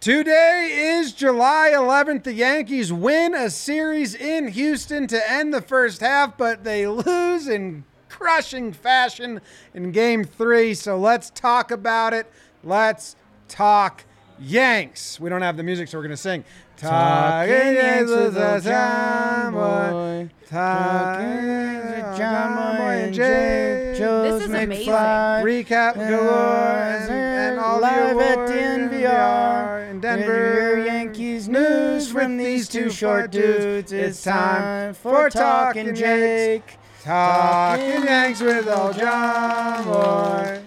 Today is July 11th. The Yankees win a series in Houston to end the first half, but they lose in crushing fashion in game three. So let's talk about it. Let's talk Yanks. We don't have the music, so we're going to sing. Talking Yanks with a a John boy. Talking Yanks with John Boy and Jay. Joe's This is McFly. Recap and galore and, and all the live at awards DNVR. in With Denver. your Yankees news from these two short dudes. It's time for Talking Jake. Talking Talking Yanks with old John Boy.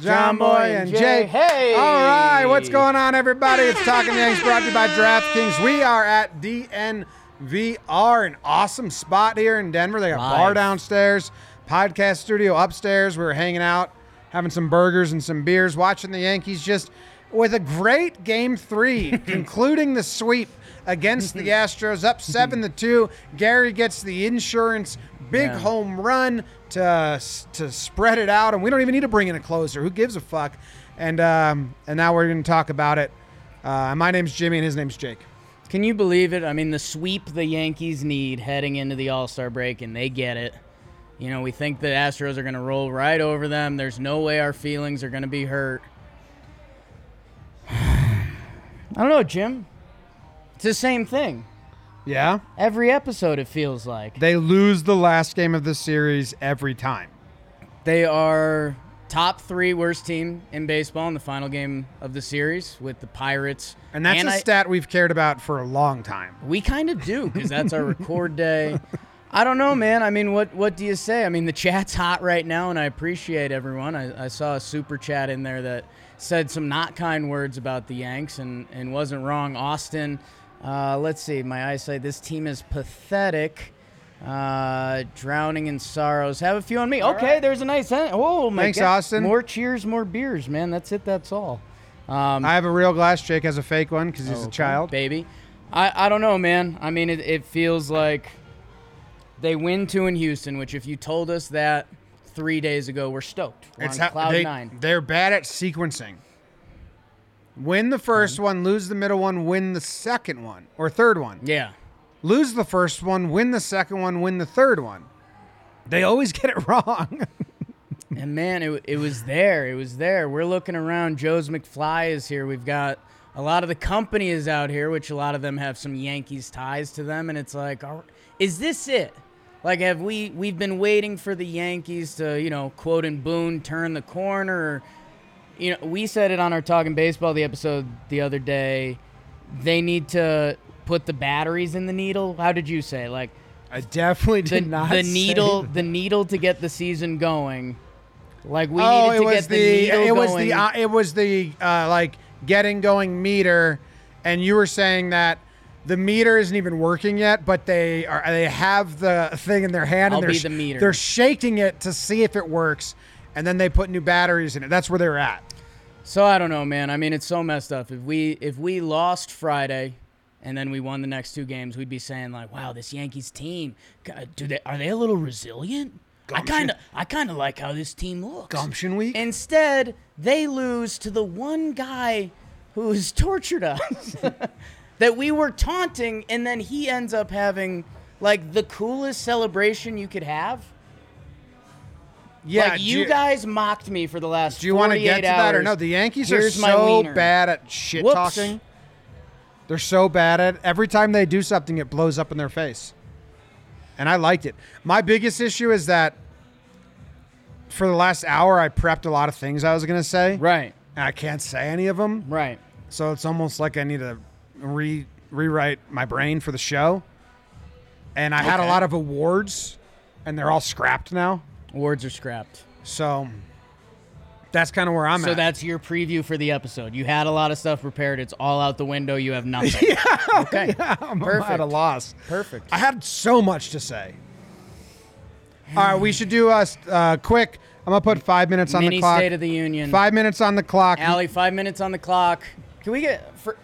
John Boy and Jake. Hey! All right, what's going on, everybody? It's Talking Yanks brought to you by DraftKings. We are at DNVR, an awesome spot here in Denver. They got a bar Live. downstairs, podcast studio upstairs. We were hanging out, having some burgers and some beers, watching the Yankees just with a great game three, concluding the sweep against the Astros, up seven to two. Gary gets the insurance big Yeah. home run to to spread it out, and we don't even need to bring in a closer. Who gives a fuck? And um, and now we're going to talk about it. Uh, my name's Jimmy, and his name's Jake. Can you believe it? I mean, the sweep the Yankees need heading into the All Star break, and they get it. You know, we think the Astros are going to roll right over them. There's no way our feelings are going to be hurt. I don't know, Jim. It's the same thing. Yeah, Every episode, it feels like. they lose the last game of the series every time. They are top three worst team in baseball in the final game of the series with the Pirates. And that's a I- stat we've cared about for a long time. We kind of do because that's our record day. I don't know, man. I mean, what what do you say? I mean, the chat's hot right now, and I appreciate everyone. I, I saw a super chat in there that said some not kind words about the Yanks, and and wasn't wrong. Austin, uh, let's see, my eyesight. This team is pathetic. Uh, drowning in sorrows. Have a few on me. okay, there's a nice. End. Oh my Thanks, God. Austin. More cheers, more beers, man. That's it. That's all. Um, Oh, I have a real glass. Jake has a fake one because he's a Okay, child. baby. I, I don't know, man. I mean, it, it feels like they win two in Houston, which if you told us that three days ago, we're stoked. We're It's on how- cloud they, nine. They're bad at sequencing. Win the 1st Um, one, lose the middle one, win the second one or third one. Yeah, Lose the first one, win the second one, win the third one. They always get it wrong. and man, it, it was there. It was there. We're looking around. Joe's McFly is here. We've got a lot of the company is out here, which a lot of them have some Yankees ties to them, and it's like, are, is this it? Like, have we we've been waiting for the Yankees to, you know, quote and Boone turn the corner? Or, you know, we said it on our talking baseball the episode the other day. They need to put the batteries in the needle. How did you say? Like I definitely the, did not. the say needle, that. the needle to get the season going. Like we oh, needed it to was get the, the, needle it going. was the uh, it was the uh, like getting going meter, and you were saying that the meter isn't even working yet, but they are they have the thing in their hand I'll and they're be the meter. they're shaking it to see if it works, and then they put new batteries in it. That's where they're at. so I don't know, man. I mean, it's so messed up. If we if we lost Friday, and then we won the next two games, we'd be saying like, "Wow, this Yankees team, God, do they are they a little resilient?" I Gumption. kind of I kind of like how this team looks. Gumption week. Instead, they lose to the one guy who's tortured us that we were taunting, and then he ends up having like the coolest celebration you could have. yeah, like you do- guys mocked me for the last. Do you want to 48 get to that or hours. no? The Yankees Here's are my so wiener. bad at shit Whoops. talking. They're so bad at it. every time they do something, it blows up in their face. And I liked it. My biggest issue is that for the last hour, I prepped a lot of things I was going to say. Right, And I can't say any of them. right. So it's almost like I need to re- rewrite my brain for the show. And I had a Okay. lot of awards, and they're all scrapped now. Awards are scrapped. So that's kind of where I'm So at. that's your preview for the episode. You had a lot of stuff prepared. It's all out the window. You have nothing. Okay. I'm Perfect. at a loss. Perfect. I had so much to say. All right, we should do us uh, quick. I'm gonna put five minutes on Mini the clock. State of the Union. five minutes on the clock. Allie, five minutes on the clock. Can we get? For,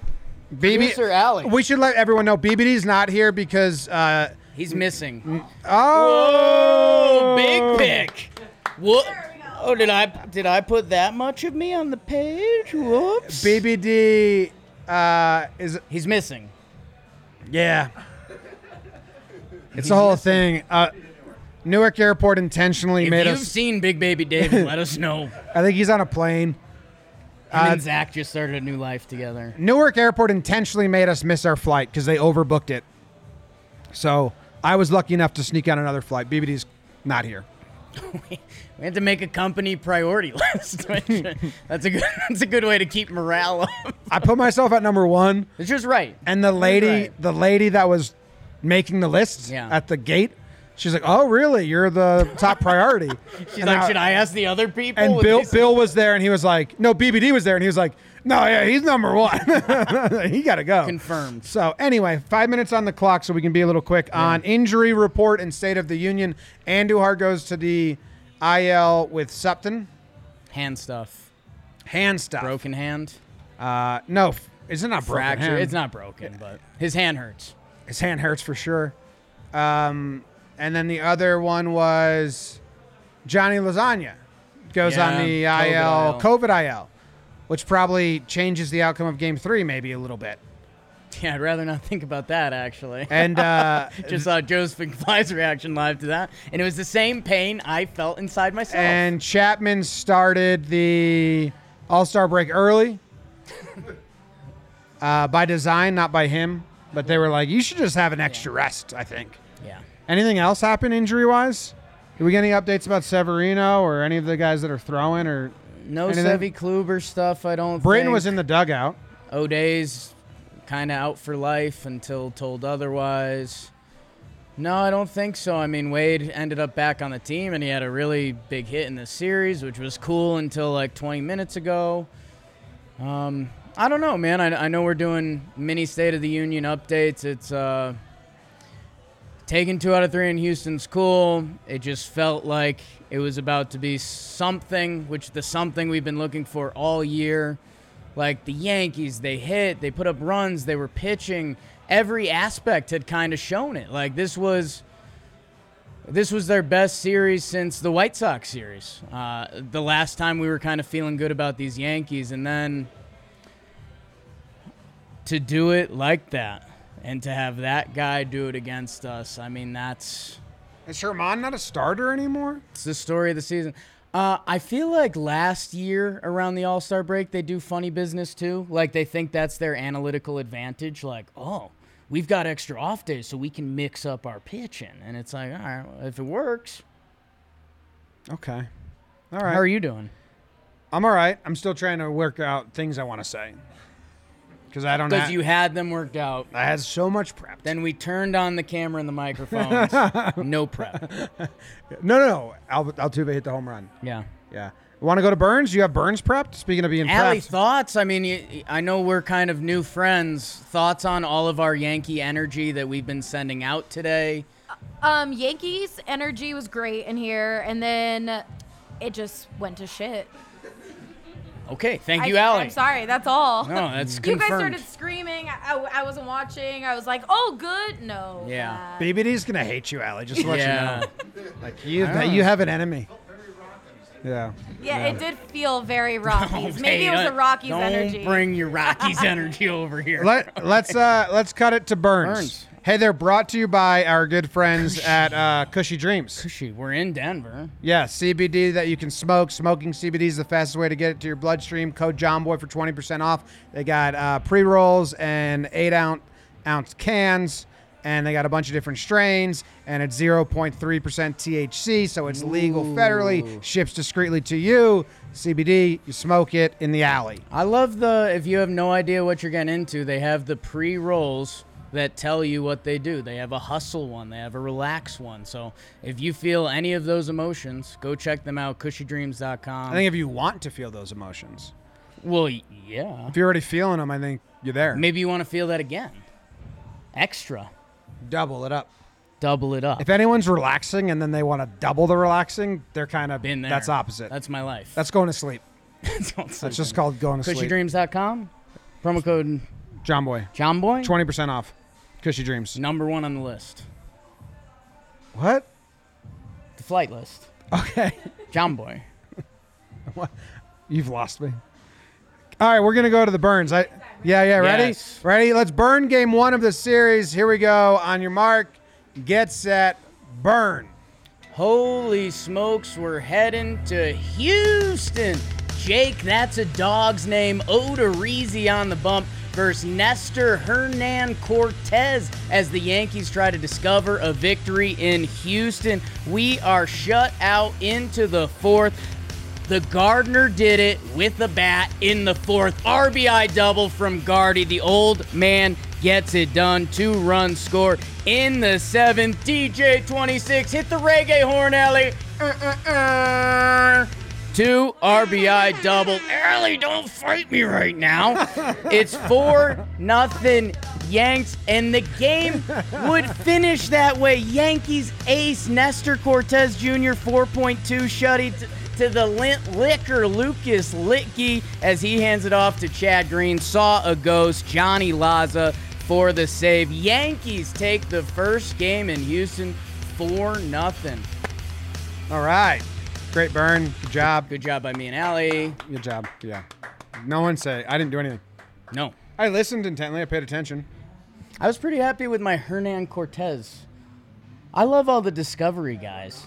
BB, producer Allie. We should let everyone know BBD's not here because. Uh, he's missing. oh, Oh, big pick. What? Oh, did I did I put that much of me on the page? Whoops. BBD. uh, is He's missing. Yeah. It's the whole thing. Uh, Newark Airport intentionally If made you've us. seen Big Baby David, let us know. Him I think he's on a plane. Uh, and Zach just started a new life together. Newark Airport intentionally made us miss our flight because they overbooked it. So I was lucky enough to sneak on another flight. BBD's not here. We had to make a company priority list. which, uh, that's a good. That's a good way to keep morale up. I put myself at number one, It's just right. and the lady, right. the lady that was making the list Yeah. at the gate, she's like, "Oh, really? You're the top priority." She's like, should I ask the other people? And what Bill they say?" Bill was there, and he was like, "No, BBD was there," and he was like, "No, yeah, he's number one. he got to go." Confirmed. So anyway, five minutes on the clock, so we can be a little quick on injury report and state of the union. Andujar goes to the IL with Supton hand stuff. hand stuff. Broken hand. Uh, no, f- it's not broken. Fracture. hand. It's not broken, but his hand hurts. His hand hurts for sure. Um, and then the other one was Johnny Lasagna goes Yeah, on the IL, COVID IL. COVID IL, which probably changes the outcome of Game Three maybe a little bit. Yeah, I'd rather not think about that actually. And uh, Just saw Joe's Fly's reaction live to that, and it was the same pain I felt inside myself. and Chapman started the All Star break early uh, by design, not by him. But they were like, you should just have an extra rest. I think. yeah, Anything else happen injury wise? Do we get any updates about Severino or any of the guys that are throwing? Or no Anything? Sevy Kluber stuff. I don't. Brayton think. was in the dugout. O'Day's kind of out for life until told otherwise. No, I don't think so. I mean, Wade ended up back on the team and he had a really big hit in the series, which was cool until like 20 minutes ago. Um, I don't know, man. I, I know we're doing mini State of the Union updates. It's uh, taking two out of three in Houston's cool. It just felt like it was about to be something, which the something we've been looking for all year like the Yankees, they hit, they put up runs, they were pitching. Every aspect had kind of shown it. Like this was this was their best series since the White Sox series. Uh, the last time we were kind of feeling good about these Yankees, and then to do it like that, and to have that guy do it against us. I mean, that's Is Sherman not a starter anymore? it's the story of the season. Uh, I feel like last year around the All Star break, they do funny business too. Like they think that's their analytical advantage. Like, oh, we've got extra off days, so we can mix up our pitching. And it's like, all right, well, if it works, Okay. All how are right. you doing? I'm all right. I'm still trying to work out things I want to say because I don't. Because Have, you had them worked out. I had so much prep. Then we turned on the camera and the microphones. no prep. no, no, no. Al- Altuve hit the home run. Yeah. Yeah. Want to go to Burns? You have Burns prepped. Speaking of being Allie, prepped, thoughts? I mean, y- I know we're kind of new friends. Thoughts on all of our Yankee energy that we've been sending out today? Um, Yankees energy was great in here, and then it just went to shit. Okay, thank I, you, Allie. I'm sorry, that's all. No, Oh, that's you guys confirmed. started screaming. I, I, I wasn't watching. I was like, oh, good. No. Yeah. bad. BBD's gonna hate you, Allie. Just to let Yeah. you know, like you, Ah. you have an enemy. Yeah. yeah, Yeah. it did feel very Rockies. Don't Maybe it pay was us- the Rockies uh, don't energy. bring your Rockies energy over here. Let let's uh let's cut it to Burns. Burns. Hey, they're brought to you by our good friends at uh, Cushy Dreams. Shoot, we're in Denver. Yeah, CBD that you can smoke. Smoking CBD is the fastest way to get it to your bloodstream. Code JohnBoy for twenty percent off. They got uh, pre rolls and eight ounce ounce cans, and they got a bunch of different strains. And it's zero point three percent THC, so it's legal federally. Ships discreetly to you. CBD, you smoke it in the alley. I love the if you have no idea what you're getting into, they have the pre rolls that tell you what they do. They have a hustle one, they have a relax one. So if you feel any of those emotions, go check them out, I cushydreams.com. think if you want to feel those emotions, well, y- yeah. if you're already feeling them, I think you're there. Maybe you want to feel that again. Extra. double it up. Double it up. If anyone's relaxing and then they want to double the relaxing, they're kind of Been there. That's opposite. That's, That's my life. going to sleep. That's It's just called going to sleep. cushydreams.com. Promo code John Boy, Johnboy. twenty percent off. Cushy dreams. Number one on the list. What? The flight list. Okay, John Boy. you've lost me. All right, we're gonna go to the Burns. I Yeah, yeah. Ready? Yes. Ready? Let's burn game one of the series. Here we go. On your mark, get set, burn. Holy smokes, we're heading to Houston. Jake, that's a dog's name. Odorizzi on the bump versus Nestor Hernan Cortez as the Yankees try to discover a victory in Houston. We are shut out into the fourth. The Gardener did it with the bat in the fourth. RBI double from Guardy. The old man gets it done. Two run score in the seventh. DJ 26 hit the reggae horn, Ellie. Uh, uh, uh. Two RBI double. Ellie, don't fight me right now. It's four nothing Yanks, and the game would finish that way. Yankees ace Nestor Cortez Jr. 4.2 shutty. T- to the lint licker Lucas Litke as he hands it off to Chad Green. Saw a ghost, Johnny Laza for the save. Yankees take the first game in Houston 4 nothing. All right. Great burn. Good job. Good job by me and Allie. Good job. Yeah. No one say I didn't do anything. No. I listened intently. I paid attention. I was pretty happy with my Hernan Cortez. I love all the discovery guys.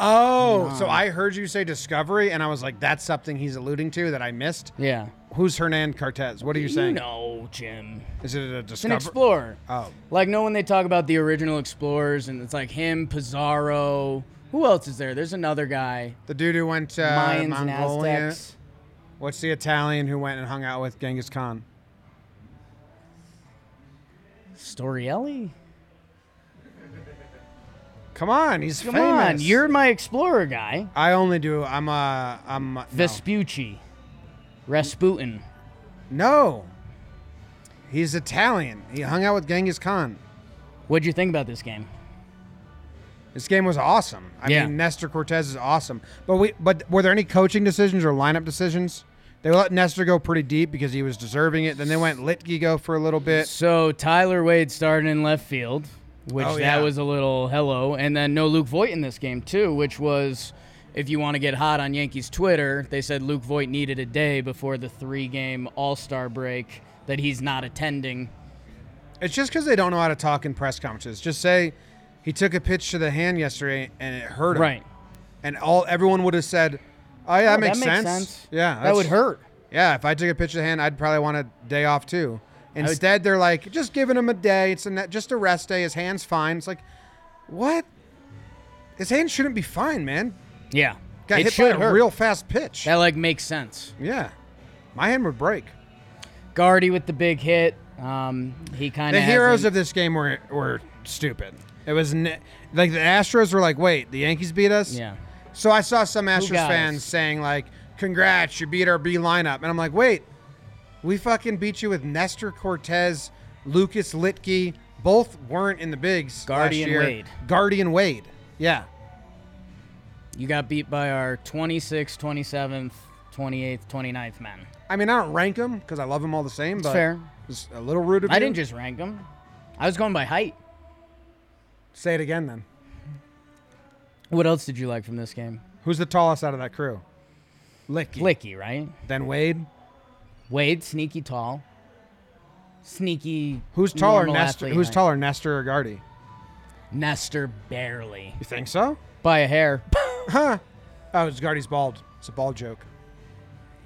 Oh, so I heard you say discovery, and I was like, that's something he's alluding to that I missed. Yeah. Who's Hernan Cortez? What are you You saying? know, Jim. Is it a It's an discovery? explorer. Oh. Like, no, when they talk about the original explorers, and it's like him, Pizarro. Who else is there? There's another guy. The dude who went to Mayans and Mongolia. Aztecs. What's the Italian who went and hung out with Genghis Khan? Storielli? Come on, he's Come famous. on, you're my explorer guy. I only do. I'm a. I'm. A, no. Vespucci. Rasputin. no. He's Italian. He hung out with Genghis Khan. What'd you think about this game? This game was awesome. I Yeah. mean, Nestor Cortez is awesome. But we. But were there any coaching decisions or lineup decisions? They let Nestor go pretty deep because he was deserving it. Then they went Litke go for a little bit. So Tyler Wade started in left field, which Oh, yeah. that was a little hello, and then no Luke Voigt in this game too, which was if you want to get hot on Yankees Twitter, they said Luke Voigt needed a day before the three-game All-Star break that he's not attending. It's just because they don't know how to talk in press conferences. Just say he took a pitch to the hand yesterday and it hurt him. Right. And all everyone would have said, "Oh yeah, that, Oh, makes, sense. Yeah, that that's- would hurt. Yeah, if I took a pitch to the hand, I'd probably want a day off too. Instead, they're like, just giving him a day. It's a ne- just a rest day. His hand's fine. It's like, what? His hand shouldn't be fine, man. Yeah. Got it hit by should a hurt. real fast pitch. that like makes sense. yeah, my hand would break. Guardy with the big hit. Um, he kind The of heroes of this game were were stupid. It was n like the Astros were like, wait, the Yankees beat us. yeah. So I saw some Astros got fans us? saying like, "Congrats, you beat our B lineup," and I'm like, "Wait, we fucking beat you with Nestor Cortez, Lucas Litke. Both weren't in the bigs Guardy last and year. Wade. Guardy and Wade. Yeah, You got beat by our 26th, 27th, 28th, 29th men. I mean, I don't rank them because I love them all the same. But fair. It's a little rude of I you. didn't just rank them. I was going by height. say it again then. What else did you like from this game? Who's the tallest out of that crew? Litke. Licky, right? Then Wade. Wade, sneaky tall. Sneaky. Who's taller, normal Nestor? athlete Who's height. taller, Nestor or Guardy? Nestor, barely. You think so? By a hair. Huh? Oh, it's Guardy's bald. It's a bald joke.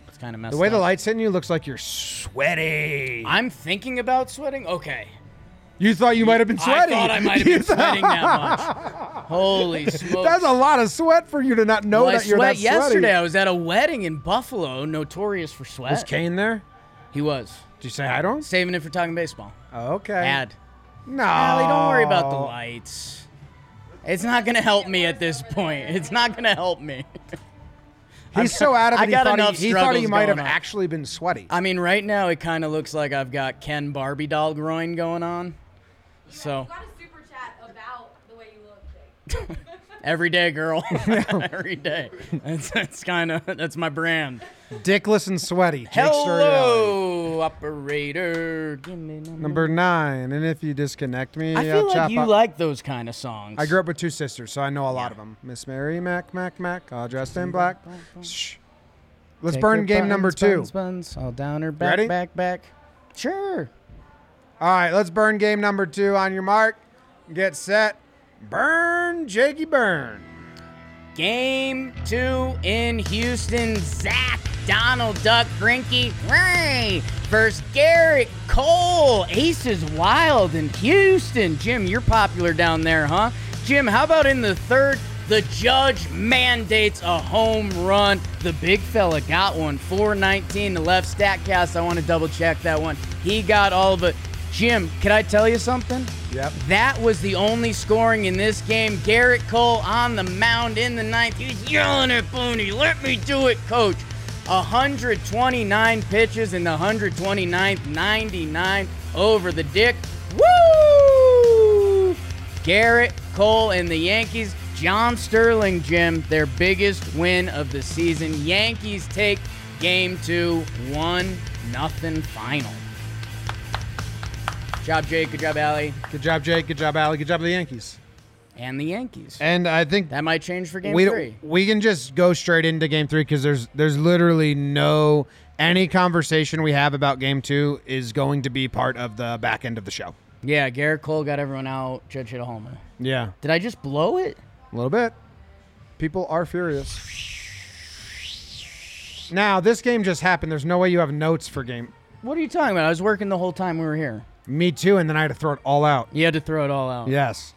It's kind of messed The way up. the light's hitting you looks like you're sweaty. I'm thinking about sweating? Okay. You thought you might have been sweaty. I thought I might have You been thought- sweating that much. Holy smokes. That's a lot of sweat for you to not know Well, I Oh, that you're sweat that yesterday. sweaty. I was at a wedding in Buffalo, notorious for sweat. Was Kane there? He was. Did you say I don't? Saving it for talking baseball. Oh, okay. Ad. No. Allie, don't worry about the lights. It's not gonna help me at this point. It's not gonna help me. He's so out of it. I he got thought enough he, he thought he struggles might have going on. actually been sweaty. I mean, right now it kind of looks like I've got Ken Barbie doll groin going on. So You got a super chat about the way you look, Jake. every day, girl, every day. That's, that's kind of that's my brand. Dickless and sweaty. Jake Sturdy. Hello, operator. Give me number. Number nine. And if you disconnect me, I I'll feel like chop you up. like those kind of songs. I grew up with two sisters, so I know a lot of them. Miss Mary Mac Mac Mac, all dressed in black. Shh. Let's Take burn your game buttons, number two. Buttons, buttons, all down or back, Ready? back, back. Sure. All right, let's burn game number two on your mark. Get set. Burn, Jakey, burn. Game two in Houston. Zach, Donald Duck, Grinky, Ray versus Garrett Cole. Aces wild in Houston. Jim, you're popular down there, huh? Jim, how about in the third? The judge mandates a home run. The big fella got one. 419, the left stat cast. I want to double check that one. He got all of it. Jim, can I tell you something? Yep. That was the only scoring in this game. Garrett Cole on the mound in the ninth. He was yelling at Booney, let me do it, coach. 129 pitches in the 129th, 99 over the dick. Woo! Garrett Cole and the Yankees. John Sterling, Jim, their biggest win of the season. Yankees take game two, one nothing final. Good job, Jake. Good job, Allie. Good job, Jake. Good job, Allie. Good job, the Yankees. and the Yankees. And I think That might change for game we three. we can just go straight into game three because there's there's literally no any conversation we have about game two is going to be part of the back end of the show. Yeah, Garrett Cole got everyone out. Judge hit a homer. Yeah, Did I just blow it? a little bit. People are furious. Now this game just happened. There's no way you have notes for game. What are you talking about? I was working the whole time we were here. Me too, and then I had to throw it all out. You had to throw it all out. Yes,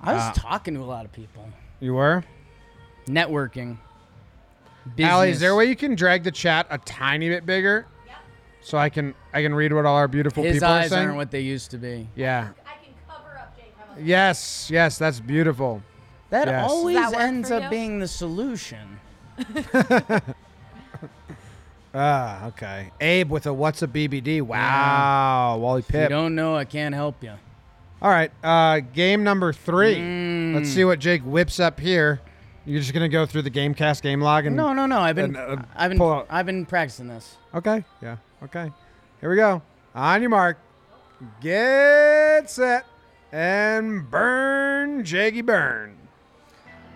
I was Uh, talking to a lot of people. you were. Networking. Business. Allie, is there a way you can drag the chat a tiny bit bigger? Yep. So I can I can read what all our beautiful His people eyes are saying. aren't what they used to be. yeah. I can cover up Jake. How about that? Yes. Yes. That's beautiful. That Yes. always Does that work ends for up you? being the solution. Ah. Okay. Abe with a what's a BBD? Wow. Wally If you Pip. don't know, I can't help you. All right. Uh, game number three. Mm. Let's see what Jake whips up here. You're just gonna go through the GameCast game log and No, no, no. I've been, And, uh, I've been, pull out. I've been practicing this. Okay. Yeah. Okay. Here we go. On your mark. Get set and burn, Jakey burn.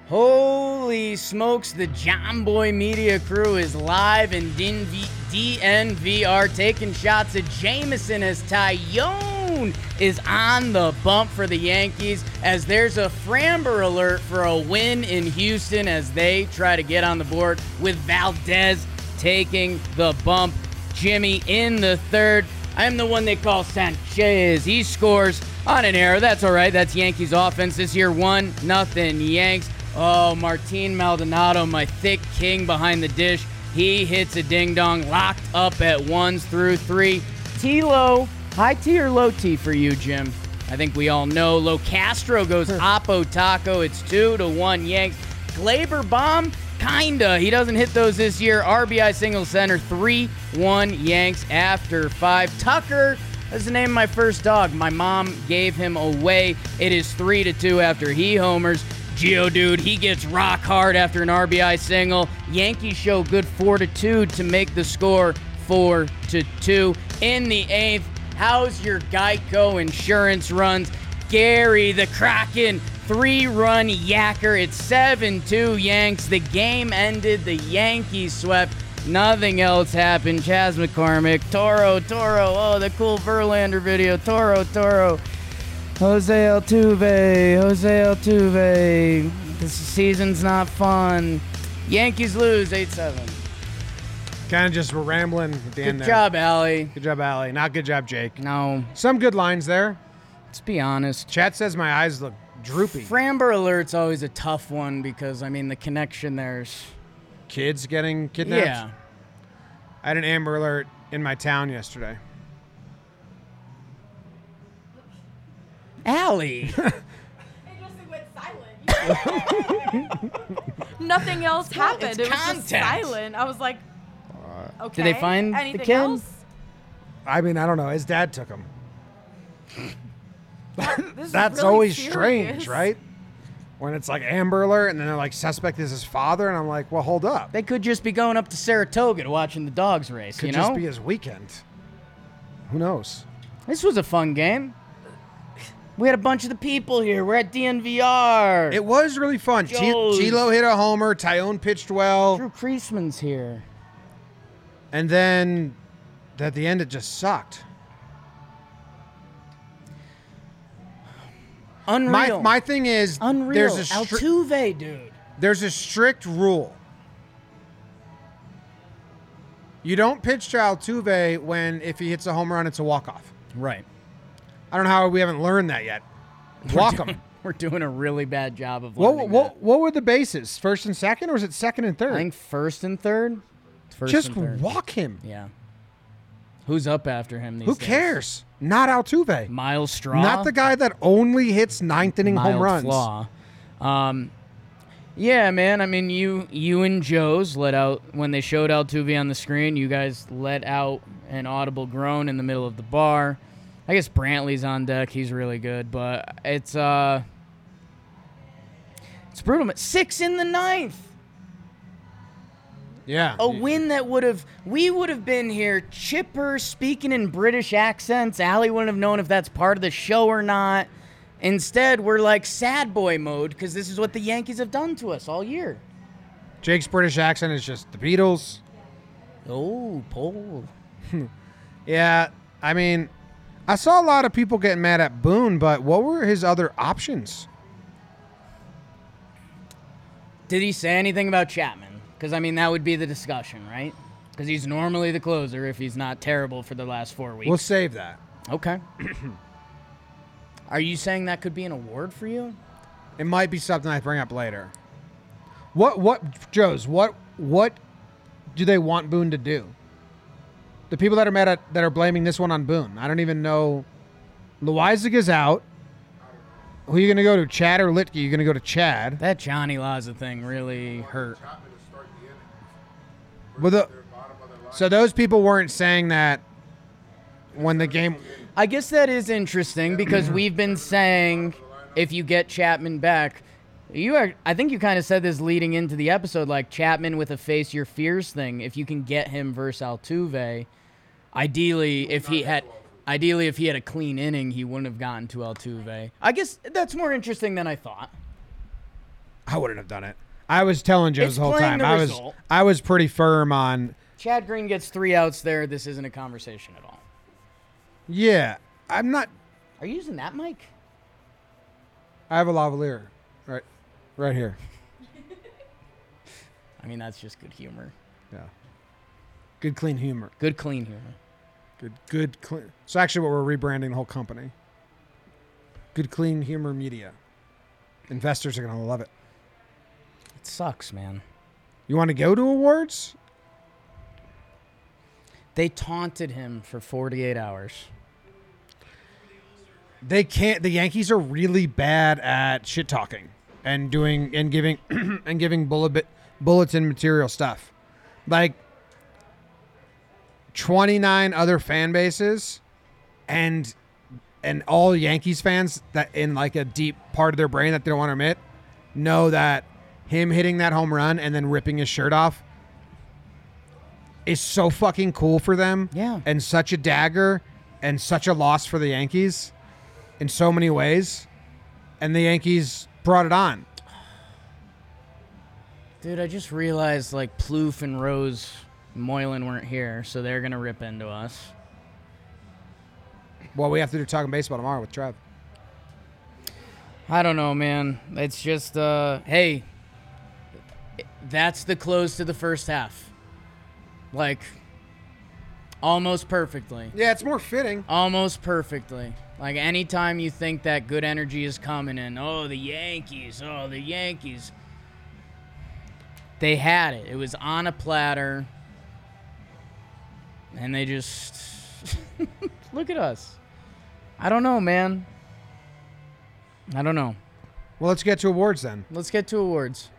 Holy smokes, the John Boy Media crew is live in DNV- DNVR taking shots at Jameson as Tyone is on the bump for the Yankees as there's a Framber alert for a win in Houston as they try to get on the board with Valdez taking the bump. Jimmy in the third. I'm the one they call Sanchez. He scores on an error. That's all right. That's Yankees offense this year. One nothing Yanks. Oh, Martin Maldonado, my thick king behind the dish. He hits a ding dong, locked up at ones through three. T low, high T or low T for you, Jim? I think we all know. Lo Castro goes Oppo Taco. It's two to one Yanks. Glaber bomb, kinda. He doesn't hit those this year. RBI single center, 3 1 Yanks after 5. Tucker is the name of my first dog. My mom gave him away. It is 3 to 2 after he homers. Geodude, he gets rock hard after an RBI single. Yankees show good fortitude to make the score 4 to 2. In the eighth, How's your Geico insurance runs? Gary the Kraken, three run yacker. It's 7 2 Yanks. The game ended. The Yankees swept. Nothing else happened. Chaz McCormick, Toro, Toro. Oh, the cool Verlander video. Toro, Toro. Jose Altuve, Jose Altuve. This season's not fun. Yankees lose 8 7. Kind of just were rambling at the end Good there. job, Allie. Good job, Allie. Not good job, Jake. No, Some good lines there. let's be honest. Chat says my eyes look droopy. Framber alert's always a tough one because I mean the connection there's Kids getting kidnapped. yeah. I had an Amber Alert in my town yesterday. Allie, It just went silent. Nothing else happened. it's It was just content. Uh, silent. I was like, okay. they find the anything kid? Else? I mean, I don't know. His dad took him. This is That's really always serious. strange, right? When it's like Amber Alert, and then they're like, suspect is his father, and I'm like, well, hold up. they could just be going up to Saratoga to watching the dogs race. Could you just know, be his weekend. Who knows? this was a fun game. We had a bunch of the people here. We're at DNVR. It was really fun. T- Joes. Tilo hit a homer. Tyone pitched well. Drew Kreisman's here. And then at the end, it just sucked. Unreal. My, my thing is, Unreal. there's a stri- Altuve, dude. there's a strict rule. You don't pitch to Altuve when if he hits a home run, it's a walk off. Right. I don't know how we haven't learned that yet. Walk him. We're doing a really bad job of What, learning what, that. what were the bases? First and second, or was it second and third? I think first and third. First Just and third. walk him. Yeah. Who's up after him? These Who days? cares? Not Altuve. Miles Straw. Not the guy that only hits ninth inning mild home runs. flaw. Um, yeah, man. I mean, you you and Joe's let out when they showed Altuve on the screen. You guys let out an audible groan in the middle of the bar. I guess Brantley's on deck. He's really good, but it's uh, it's brutal. man. Six in the ninth. Yeah. A win that would have we would have been here chipper, speaking in British accents. Allie wouldn't have known if that's part of the show or not. Instead, we're like sad boy mode because this is what the Yankees have done to us all year. Jake's British accent is just the Beatles. Oh, Paul. Yeah. I mean, I saw a lot of people getting mad at Boone, but what were his other options? Did he say anything about Chapman? Because I mean, that would be the discussion, right? Because he's normally the closer if he's not terrible for the last four weeks. We'll save that. okay. Are you saying that could be an award for you? It might be something I bring up later. What what Joe's what what do they want Boone to do? The people that are mad at that are blaming this one on Boone. I don't even know. Loisig is out. Who are you going to go to, Chad or Litke? You're going to go to Chad. That Johnny Laza thing really hurt. Chapman to start the inning. Well, the- They're bottom of the line. so those people weren't saying that when the game. I guess that is interesting because we've been saying if you get Chapman back, you are. I think you kind of said this leading into the episode, like Chapman with a face your fears thing. If you can get him versus Altuve, ideally, if he had, ideally if he had a clean inning, he wouldn't have gotten to Altuve. I guess that's more interesting than I thought. I wouldn't have done it. I was telling Joe's It's the whole playing time. the I was result. I was pretty firm on Chad Green gets three outs there. This isn't a conversation at all. yeah. I'm not. Are you using that mic? I have a lavalier, right, right here. I mean, that's just good humor. Yeah. Good clean humor. Good clean humor. Good good clean. So actually, what we're rebranding the whole company. Good clean humor media. Investors are gonna love it. It sucks, man. You want to go to awards? They taunted him for 48 hours. They can't. The Yankees are really bad at shit talking and doing and giving and giving bullet bulletin material stuff. Like twenty nine other fan bases, and and all Yankees fans that in like a deep part of their brain that they don't want to admit know that him hitting that home run and then ripping his shirt off is so fucking cool for them. Yeah. And such a dagger and such a loss for the Yankees in so many ways. And the Yankees brought it on. Dude, I just realized like Plouffe and Rose Moylan weren't here, so they're gonna rip into us. Well, we have to do talking baseball tomorrow with Trev. I don't know, man. It's just uh hey. That's the close to the first half. Like almost perfectly. Yeah, it's more fitting. Almost perfectly. Like anytime you think that good energy is coming in, oh the Yankees, oh the Yankees. They had it. It was on a platter. And they just look at us. I don't know, man. I don't know. Well, let's get to awards then. Let's get to awards.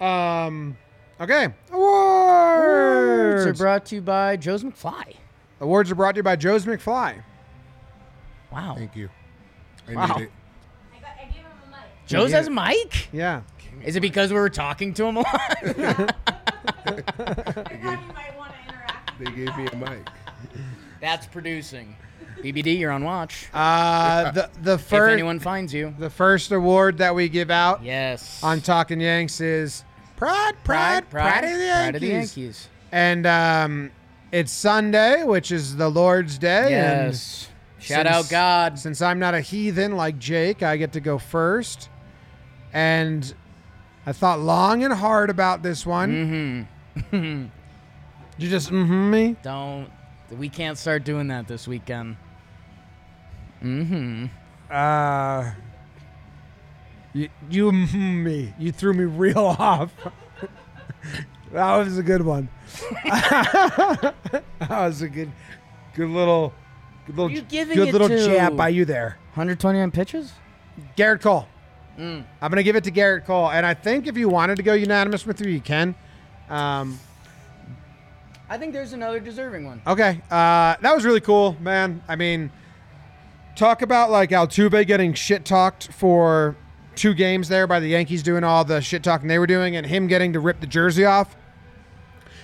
Um, okay. Awards are Awards. brought to you by Joe's McFly. Awards are brought to you by Joe's McFly. Wow. Thank you. I Wow. need it. I, got, I gave him a mic. Joe's has a mic? Yeah. Is it because we were talking to him a lot? I thought you might want to interact. They gave me a mic. That's producing. BBD, you're on watch. Uh, the the if first anyone finds you. the first award that we give out Yes. on Talking Yanks is Pride, Pride, Pride, of the Yankees. Pride of the Yankees. And um, It's Sunday, which is the Lord's Day. and Yes. Shout since- out God. Since I'm not a heathen like Jake, I get to go first. And I thought long and hard about this one. Mm-hmm. you just mm-hmm me? Don't. We can't start doing that this weekend. Uh you, you mhm me. You threw me real off. that was a good one. that was a good good little good little You're giving good it little to- jab by you there. 129 pitches? Garrett Cole. Mm. I'm going to give it to Garrett Cole. And I think if you wanted to go unanimous with you, you can. Um, I think there's another deserving one. okay. Uh, that was really cool, man. I mean, talk about like Altuve getting shit talked for two games there by the Yankees doing all the shit talking they were doing and him getting to rip the jersey off.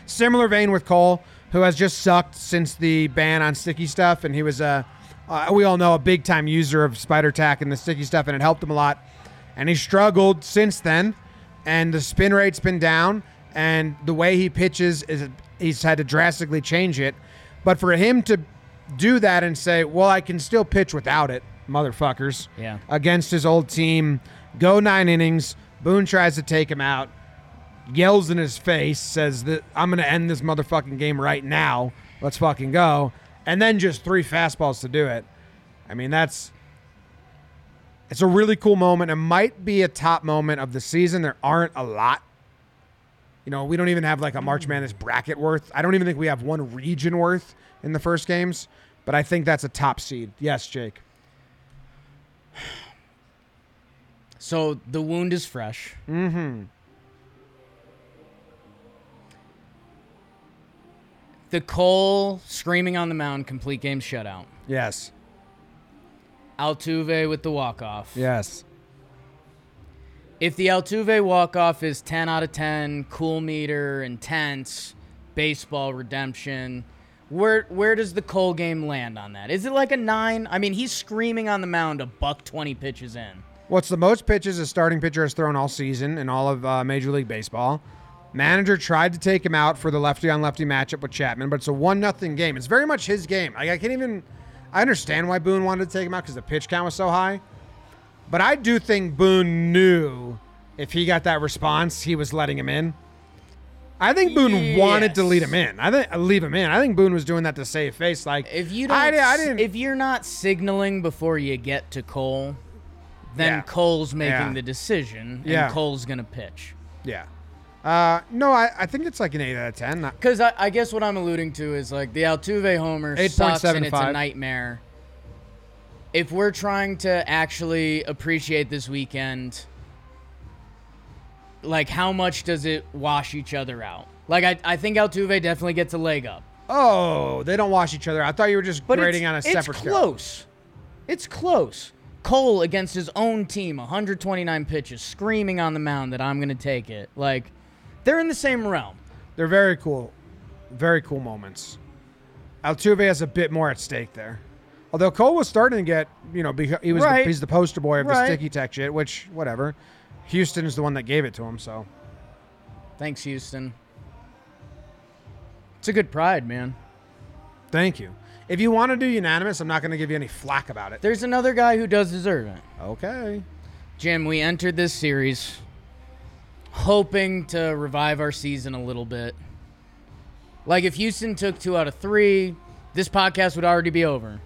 Similar vein with Cole, who has just sucked since the ban on sticky stuff. And he was, a, uh, we all know, a big time user of Spider Tack and the sticky stuff, and it helped him a lot. And he struggled since then. And the spin rate's been down. And the way he pitches is he's had to drastically change it. But for him to do that and say, well, I can still pitch without it, motherfuckers Yeah. against his old team. Go nine innings. Boone tries to take him out. Yells in his face, says that I'm going to end this motherfucking game right now. Let's fucking go. And then just three fastballs to do it. I mean, that's it's a really cool moment. It might be a top moment of the season. There aren't a lot. You know, we don't even have like a March Madness bracket worth. I don't even think we have one region worth in the first games, but I think that's a top seed. Yes, Jake. So the wound is fresh. Mm-hmm. The Cole screaming on the mound, complete game shutout. Yes. Altuve with the walk off. Yes. If the Altuve walk off is 10 out of 10, cool meter, intense, baseball redemption, where where does the Cole game land on that? Is it like a nine? I mean, he's screaming on the mound a buck 20 pitches in. What's the most pitches a starting pitcher has thrown all season in all of uh, Major League Baseball? Manager tried to take him out for the lefty on lefty matchup with Chapman, but it's a one nothing game. It's very much his game. Like I can't even. I understand why Boone wanted to take him out because the pitch count was so high, but I do think Boone knew if he got that response, he was letting him in. I think Boone wanted to Yes. lead him in. I think leave him in. I think Boone was doing that to save face. Like If you don't, I, di- I s- didn't. If you're not signaling before you get to Cole, then Yeah. Cole's making Yeah. the decision, and Yeah. Cole's gonna pitch. yeah. Uh, no, I, I think it's like an eight out of ten. Not- Because I, I guess what I'm alluding to is like the Altuve homer sucks and it's 8.75. a nightmare. If we're trying to actually appreciate this weekend, like how much does it wash each other out? Like I, I think Altuve definitely gets a leg up, Oh, they don't wash each other. I thought you were just but grading it's, on a it's separate scale. close. It's close. Cole against his own team, 129 pitches, screaming on the mound that I'm going to take it. Like they're in the same realm. They're very cool, very cool moments. Altuve has a bit more at stake there, although Cole was starting to get you know because he was Right. the, he's the poster boy of the Right. sticky tech shit, which whatever. Houston is the one that gave it to him, so Thanks, Houston. It's a good pride, man. thank you. If you want to do unanimous, I'm not going to give you any flack about it. There's another guy who does deserve it. Okay. Jim, we entered this series hoping to revive our season a little bit. Like, if Houston took two out of three, this podcast would already be over.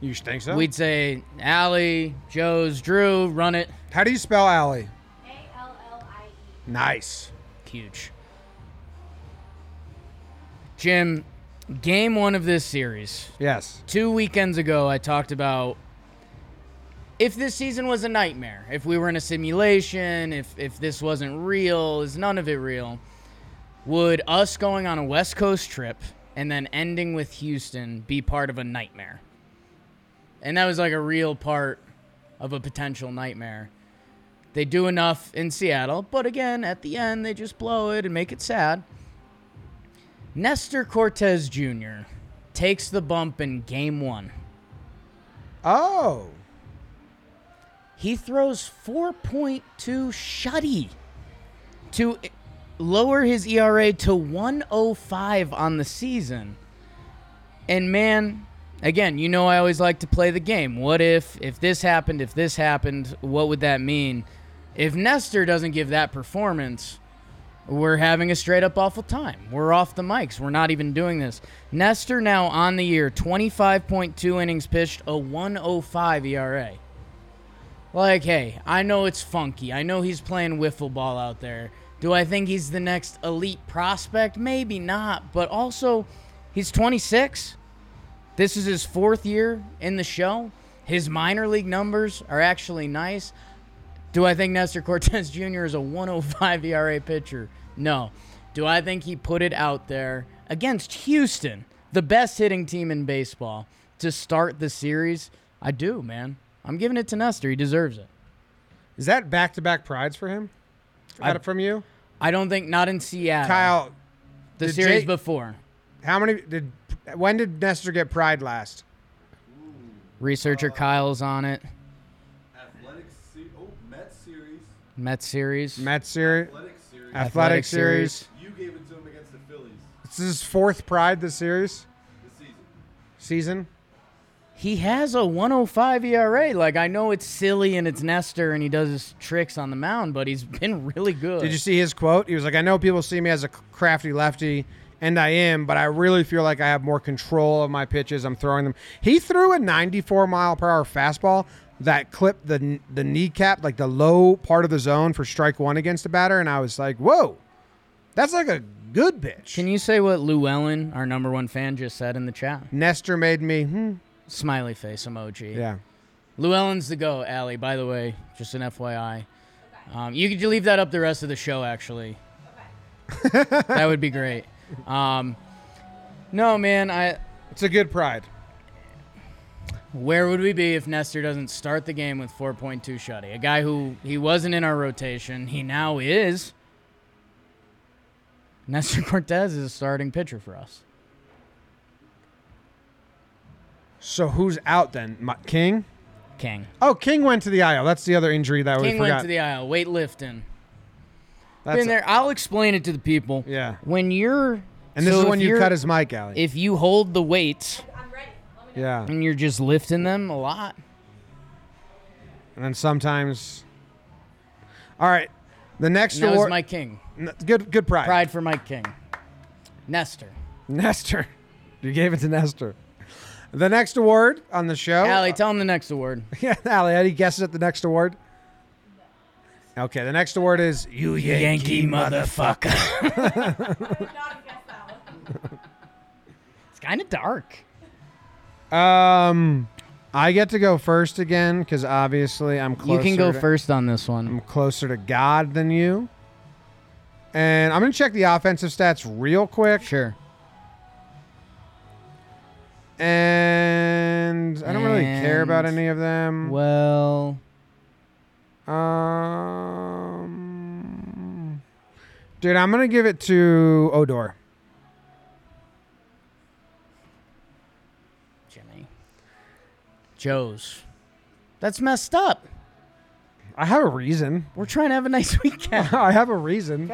You think so? We'd say, Allie, Joe's, Drew, run it. How do you spell Allie? A L L I E. Nice. Huge. Jim, game one of this series. Yes. two weekends ago I talked about if this season was a nightmare, if we were in a simulation, if if this wasn't real, is none of it real? Would us going on a West Coast trip and then ending with Houston be part of a nightmare? And that was like a real part of a potential nightmare. They do enough in Seattle, but again, at the end they just blow it and make it sad. Nestor Cortez Jr. takes the bump in game one. Oh. He throws 4.2 shutty E to lower his ERA to 105 on the season. And man, again, you know I always like to play the game. What if if this happened, if this happened, what would that mean? If Nestor doesn't give that performance, we're having a straight up awful time. We're off the mics. We're not even doing this. Nestor now on the year, 25.2 innings pitched, a 105 ERA. Like, hey, I know it's funky. I know he's playing wiffle ball out there. Do I think he's the next elite prospect? Maybe not, but also, he's 26. This is his fourth year in the show. His minor league numbers are actually nice. Do I think Nestor Cortez Jr. is a 105 ERA E pitcher? No. Do I think he put it out there against Houston, the best hitting team in baseball, to start the series? I do, man. I'm giving it to Nestor. He deserves it. Is that back to back prides for him? I got it from you, I don't think not in Seattle. Kyle. the did series Jay- before. How many did? When did Nestor get pride last? Researcher Kyle's on it. Athletics, se- oh, Mets series, Mets series. Mets series, Athletics series. athletic, series. You gave it to him against the Phillies This is his fourth pride this series this season. season. He has a 105 ERA. E Like I know it's silly and it's Nestor and he does his tricks on the mound, but he's been really good. Did you see his quote? He was like, "I know people see me as a crafty lefty, and I am, but I really feel like I have more control of my pitches. I'm throwing them." He threw a 94 mile per hour fastball that clipped the the kneecap, like the low part of the zone for strike one against the batter, and I was like, "Whoa, that's like a good pitch." Can you say what Llewellyn, our number one fan, just said in the chat? Nestor made me, hmm, Smiley face emoji. yeah. Llewellyn's the go, Allie. By the way, just an FYI. Um, you could leave that up the rest of the show, actually. that would be great. Um, no, man, I. It's a good pride. Where would we be if Nestor doesn't start the game with 4.2 shutty? A guy who he wasn't in our rotation, he now is. Nestor Cortez is a starting pitcher for us. So who's out then? My, King? King. Oh, King went to the IL. That's the other injury that we King forgot. went to the aisle, weightlifting. That's Been there. I'll explain it to the people. Yeah. When you're And this so is if when you you're- cut his mic, Allie. If you hold the weights I'm ready. Let me know. yeah. and you're just lifting them a lot, And then sometimes. All right. The next and that was award. Mike King. N- good, good pride. Pride for Mike King. Nestor. Nestor. You gave it to Nestor. The next award on the show. Allie, tell him the next award. yeah, Allie, any guesses at the next award? Okay, the next award is You Yankee, motherfucker. I would not have guessed that one. It's kind of dark. Um, I get to go first again because obviously I'm closer. you can go to- first on this one. I'm closer to God than you. And I'm going to check the offensive stats real quick. Sure. And I don't really care about And- any of them. Well, Um, dude, I'm gonna give it to Odor. Jimmy. Joe's. That's messed up. I have a reason. We're trying to have a nice weekend. I have a reason.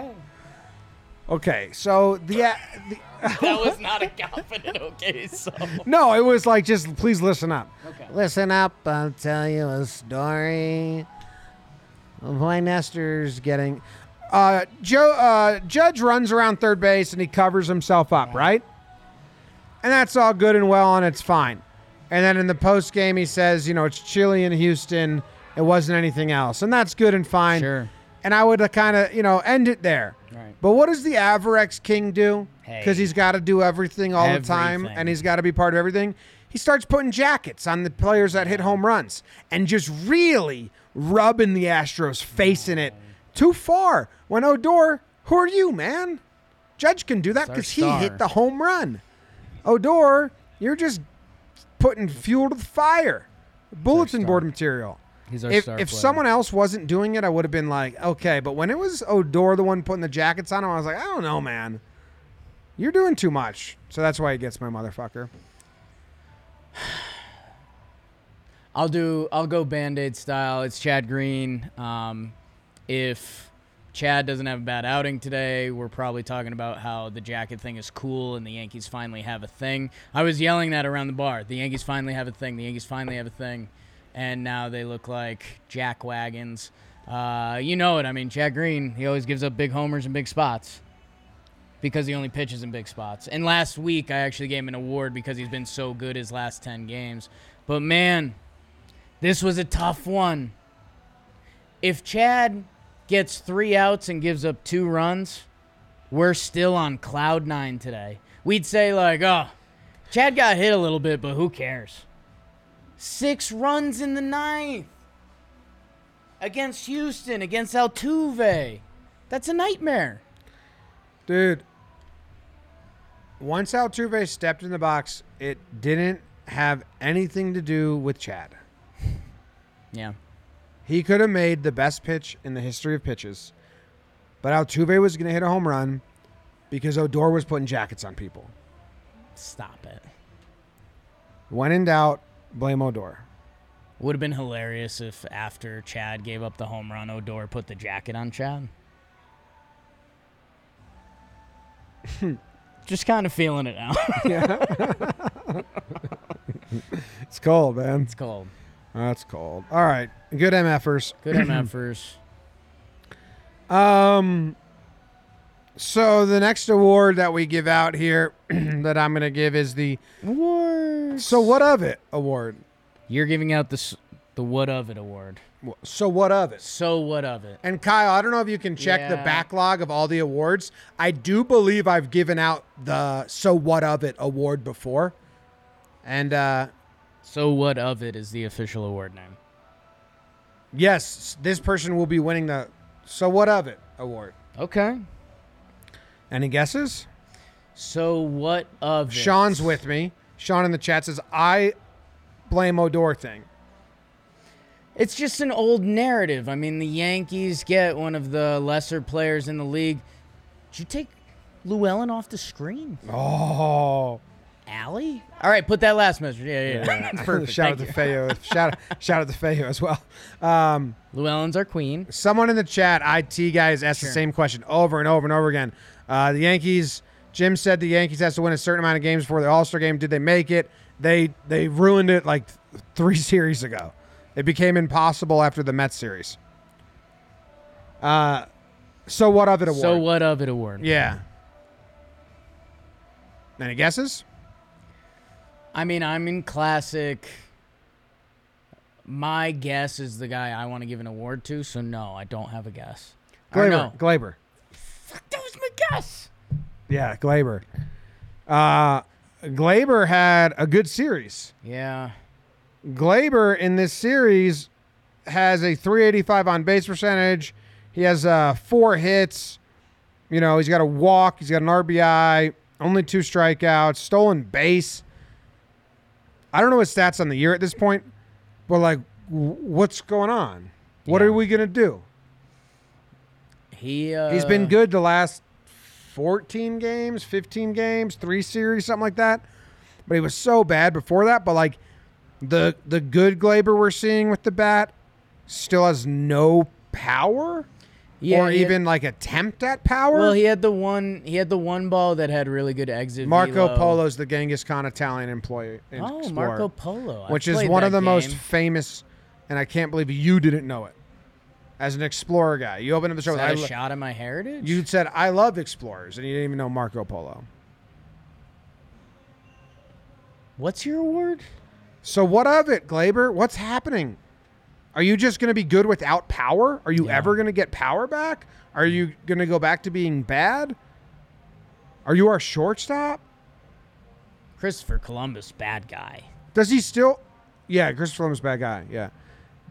Okay. so the, uh, the that was not a confident okay, so. no, it was like just please listen up. Okay. Listen up. I'll tell you a story. of Why Nestor's getting uh, Joe uh, Judge runs around third base and he covers himself up, right? And that's all good and well, and it's fine. And then in the post game, he says, you know, it's chilly in Houston. It wasn't anything else, and that's good and fine. Sure. And I would kind of, you know, end it there. Right. But what does the Avarex King do? Because Hey. he's got to do everything all the time, Everything. and he's got to be part of everything. He starts putting jackets on the players that hit home runs and just really rubbing the Astros face in it too far. When Odor, who are you, man? Judge can do that our because he star. hit the home run. Odor, you're just putting fuel to the fire. Bulletin board material. He's our If, star if player. someone else wasn't doing it, I would have been like, okay. But when it was Odor, the one putting the jackets on him, I was like, I don't know, man. You're doing too much. So that's why he gets my motherfucker. I'll do. I'll go Band-Aid style. It's Chad Green. Um, if Chad doesn't have a bad outing today. We're probably talking about how the jacket thing is cool and the Yankees finally have a thing. I was yelling that around the bar. The Yankees finally have a thing. The Yankees finally have a thing. And now they look like jack wagons. Uh, you know it. I mean, Jack Green, he always gives up big homers and big spots because he only pitches in big spots. And last week, I actually gave him an award because he's been so good his last 10 games. But man, this was a tough one. If Chad gets three outs and gives up two runs, we're still on cloud nine today. We'd say, like, oh, Chad got hit a little bit, but who cares? Six runs in the ninth against Houston, against Altuve. That's a nightmare. Dude, once Altuve stepped in the box, it didn't have anything to do with Chad. Yeah. He could have made the best pitch in the history of pitches, but Altuve was going to hit a home run because Odor was putting jackets on people. Stop it. When in doubt, blame Odor. Would have been hilarious if after Chad gave up the home run, Odor put the jacket on Chad. Just kind of feeling it now. It's cold, man. it's cold. That's cold. All right, good MFers. Good MFers. Um, so the next award that we give out here that I'm going to give is the Awards. "So What of It" award. You're giving out the s- the what of it award. So what of it? So what of it? And Kyle, I don't know if you can check the Yeah. backlog of all the awards. I do believe I've given out the "So what of it" award before, and uh, So what of it is the official award name. yes, this person will be winning the "So what of it" award. Okay. Any guesses? So what of it? Sean's with me. Sean in the chat says, "I blame Odor thing." It's just an old narrative. I mean, the Yankees get one of the lesser players in the league. Did you take Llewellyn off the screen? Oh. Alley? All right, put that last message. Yeah, yeah, yeah. That's perfect. shout out Thank you. to Feo. Shout out, shout out to Feo as well. Um, Llewellyn's our queen. someone in the chat, IT guys, asked the Sure. same question over and over and over again. Uh, the Yankees. Jim said the Yankees has to win a certain amount of games before the All Star game. Did they make it? They they ruined it like th- three series ago. It became impossible after the Mets series. Uh, so what of it award? So what of it award? Yeah. Any guesses? I mean, I'm in classic. My guess is the guy I want to give an award to, so no, I don't have a guess. Or no. Glaber. Glaber. That was my guess. Yeah, Glaber. Uh, Glaber had a good series. Yeah. Glaber in this series has a 385 on base percentage. He has uh, four hits. You know, he's got a walk. He's got an RBI. Only two strikeouts. Stolen base. I don't know his stats on the year at this point, but like, w- what's going on? What Yeah. are we gonna do? He uh, He's been good the last 14 games, 15 games, three series, something like that. But he was so bad before that. But like the the good Glaber we're seeing with the bat still has no power Yeah, or he had- even like attempt at power. Well, he had the one. He had the one ball that had really good exit. Marco velo. Polo's the Genghis Khan Italian employee. Oh, explorer, Marco Polo, I which is played one of that the most game. famous. And I can't believe you didn't know it. As an explorer guy, you opened up the show. Is with, that "I a lo- shot at my heritage? You said I love explorers, and you didn't even know Marco Polo. What's your award? So what of it, Glaber? What's happening? Are you just going to be good without power? Are you Yeah. ever going to get power back? Are you going to go back to being bad? Are you our shortstop? Christopher Columbus, bad guy. Does he still? Yeah, Chris Columbus bad guy. Yeah.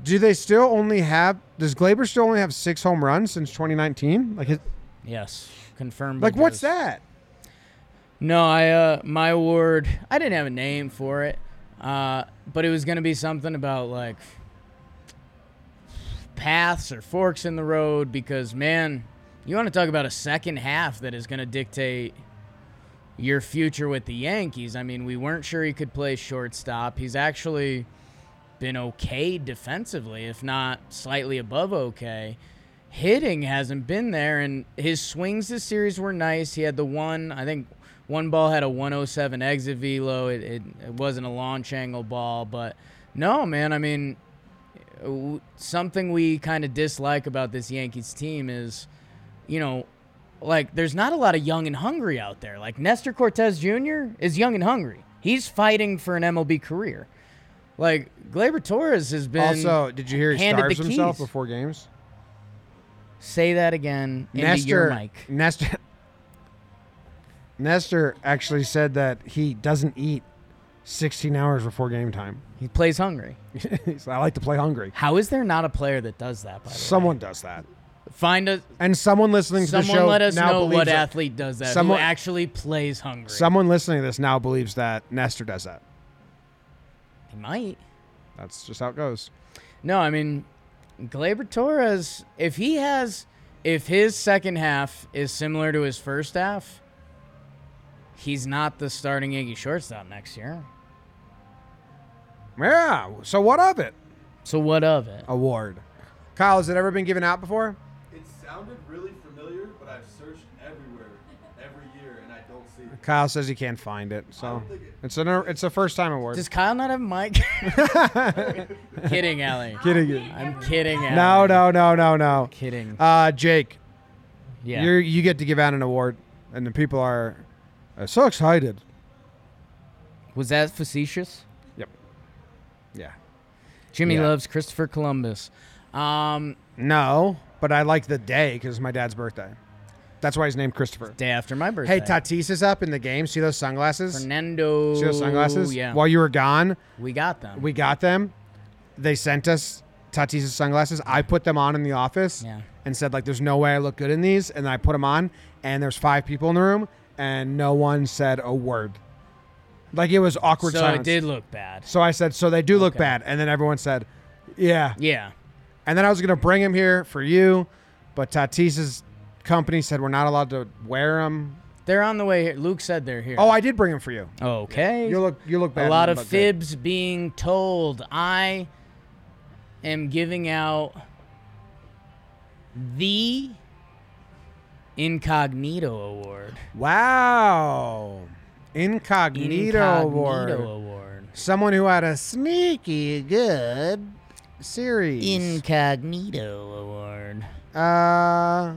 Do they still only have? Does Glaber still only have six home runs since 2019? Like, his, Yes, confirmed. like by what's Joe's- that? No, I uh, my award. I didn't have a name for it, uh, but it was gonna be something about like paths or forks in the road because man, you want to talk about a second half that is gonna dictate your future with the Yankees. I mean, we weren't sure he could play shortstop. He's actually been okay defensively, if not slightly above okay. hitting hasn't been there, and his swings this series were nice. He had the one, I think, one ball had a 107 exit velo. It, it, it wasn't a launch angle ball, but no, man. I mean, w- something we kind of dislike about this Yankees team is, you know, like there's not a lot of young and hungry out there. Like Nestor Cortez Jr. is young and hungry. He's fighting for an MLB career. Like Glaber Torres has been. also, did you hear he handed the starves himself keys. before games? say that again into your Nestor, mic. Nestor, Nestor actually said that he doesn't eat 16 hours before game time. He plays hungry. He's like, I like to play hungry. How is there not a player that does that? By the way? Someone does that, find us. and someone listening to the Someone show let us now know believes what that- athlete does that. Someone- who actually plays hungry. Someone listening to this now believes that Nestor does that. he might. That's just how it goes. No, I mean, Glaber Torres. If he has, if his second half is similar to his first half, he's not the starting Yankee shortstop next year. Yeah. So what of it? So what of it? Award. Kyle, has it ever been given out before? It sounded really familiar, but I've searched everywhere, every year, and I don't see it. Kyle says he can't find it, so don't think it- it's an it's a first time award. Does Kyle not have a mic? kidding, Allie. kidding you. I'm kidding, Allie. No, no, no, no, no. Kidding. Uh, Jake, yeah. you you get to give out an award, and the people are uh, so excited. Was that facetious? Yep. Yeah. Jimmy Yeah. loves Christopher Columbus. Um, No, but I like the day because it's my dad's birthday. That's why he's named Christopher. day after my birthday. Hey, Tatis is up in the game. See those sunglasses? Fernando. See those sunglasses? Yeah. While you were gone, we got them. we got them. They sent us Tatis' sunglasses. I put them on in the office Yeah. and said, like, there's no way I look good in these. And I put them on, and there's five people in the room, and no one said a word. Like, it was awkward so silence. it did look bad. So I said, so they do look Okay. bad. And then everyone said, yeah. Yeah. And then I was going to bring him here for you, but Tatis's company said we're not allowed to wear them. They're on the way here. Luke said they're here. Oh, I did bring him for you. okay. You look, you look bad. a lot of but good. fibs being told. I am giving out the Incognito Award. Wow. Incognito, award. Incognito Award. Someone who had a sneaky good series. Incognito Award. uh,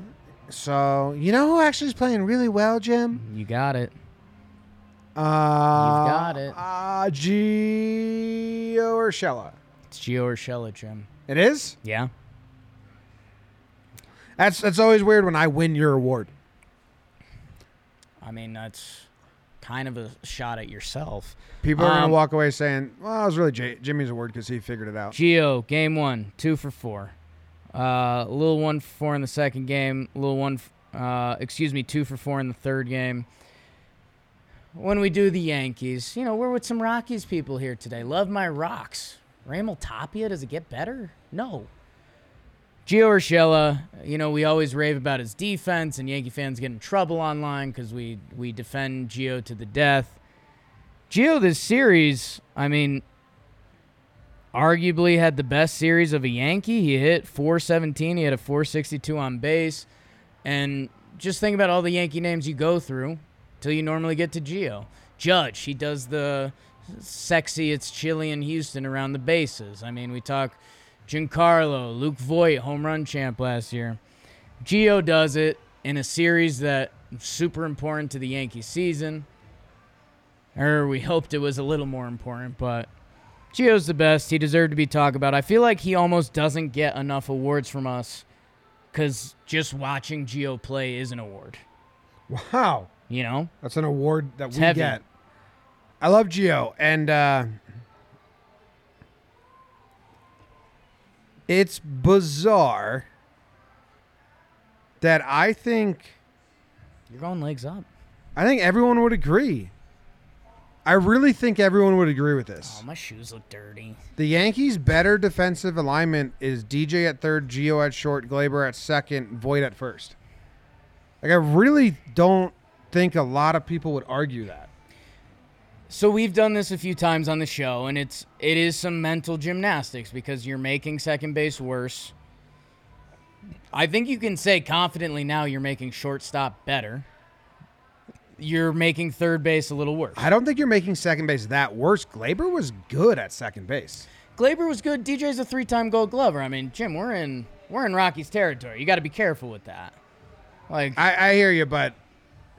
so you know who actually is playing really well, Jim? You got it. Uh, got it. Uh, Gio Urshela. It's Gio Urshela, Jim. It is. Yeah. That's that's always weird when I win your award. I mean, that's kind of a shot at yourself. People are Um, gonna walk away saying, "Well, it was really J- Jimmy's award because he figured it out." Gio, game one, two for four. Uh, little one for four in the second game. Little one, f- uh, excuse me, two for four in the third game. When we do the Yankees, you know, we're with some Rockies people here today. Love my rocks. Ramel Tapia, does it get better? No. Gio Urshela, you know, we always rave about his defense, and Yankee fans get in trouble online because we, we defend Gio to the death. Gio, this series, I mean, arguably had the best series of a Yankee. He hit 417. He had a 462 on base. And just think about all the Yankee names you go through till you normally get to Gio. Judge, he does the sexy, it's chilly in Houston around the bases. I mean, we talk Giancarlo, Luke Voigt, home run champ last year. Gio does it in a series that super important to the Yankee season. Or we hoped it was a little more important, but Gio's the best. He deserved to be talked about. I feel like he almost doesn't get enough awards from us because just watching Gio play is an award. Wow, You know? that's an award that we heavy. get. I love Gio, and uh, it's bizarre that I think You're going legs up. I think everyone would agree. I really think everyone would agree with Oh, this. my shoes look dirty. The Yankees' better defensive alignment is DJ at third, Gio at short, Glaber at second, Void at first. Like I really don't think a lot of people would argue that. So we've done this a few times on the show, and it's it is some mental gymnastics because you're making second base worse. I think you can say confidently now you're making shortstop better. You're making third base a little worse. I don't think you're making second base that worse. Glaber was good at second base. Glaber was good. DJ's a three-time Gold Glover. I mean, Jim, we're in we're in Rockies territory. You got to be careful with that. Like, I, I hear you, but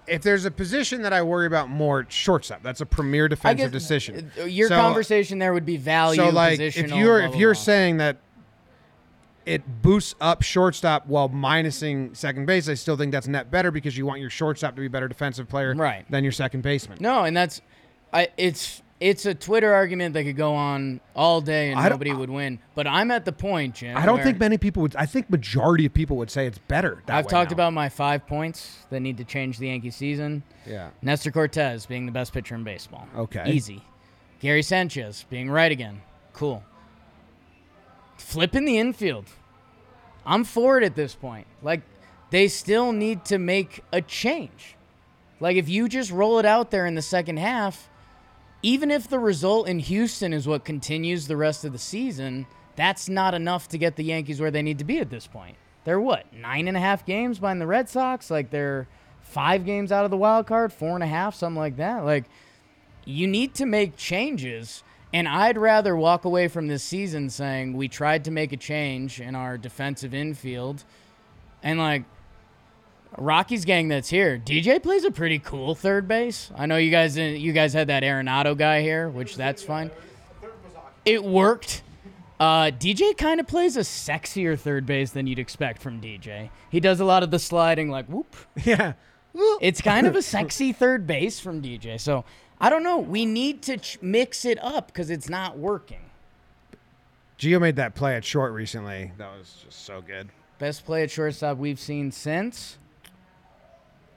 if there's a position that I worry about more, it's shortstop. That's a premier defensive guess decision. uh, your So- conversation there would be value. So like, if positional, you're blah, if blah, you're blah. saying that it boosts up shortstop while minusing second base, I still think that's net better because you want your shortstop to be a better defensive player Right. than your second baseman. No, and that's, I, it's it's a Twitter argument that could go on all day and I don't- nobody would win. But I'm at the point, Jim. I don't where think many people would. I think majority of people would say it's better. That I've way talked now. about my five points that need to change the Yankee season. yeah. Nestor Cortez being the best pitcher in baseball. Okay. Easy. Gary Sanchez being right again. Cool. Flipping the infield. I'm for it at this point. Like, they still need to make a change. Like, if you just roll it out there in the second half, even if the result in Houston is what continues the rest of the season, that's not enough to get the Yankees where they need to be at this point. They're what nine and a half games behind the Red Sox. Like they're five games out of the wild card, four and a half, something like that. Like you need to make changes. And I'd rather walk away from this season saying we tried to make a change in our defensive infield. And like Rocky's gang that's here, DJ plays a pretty cool third base. I know you guys didn't, you guys had that Arenado guy here, which that's fine. It worked. Uh, DJ kind of plays a sexier third base than you'd expect from DJ. He does a lot of the sliding, like whoop, Yeah. it's kind of a sexy third base from DJ. So I don't know. We need to ch- mix it up because it's not working. Gio made that play at short recently. That was just so good. Best play at shortstop we've seen since.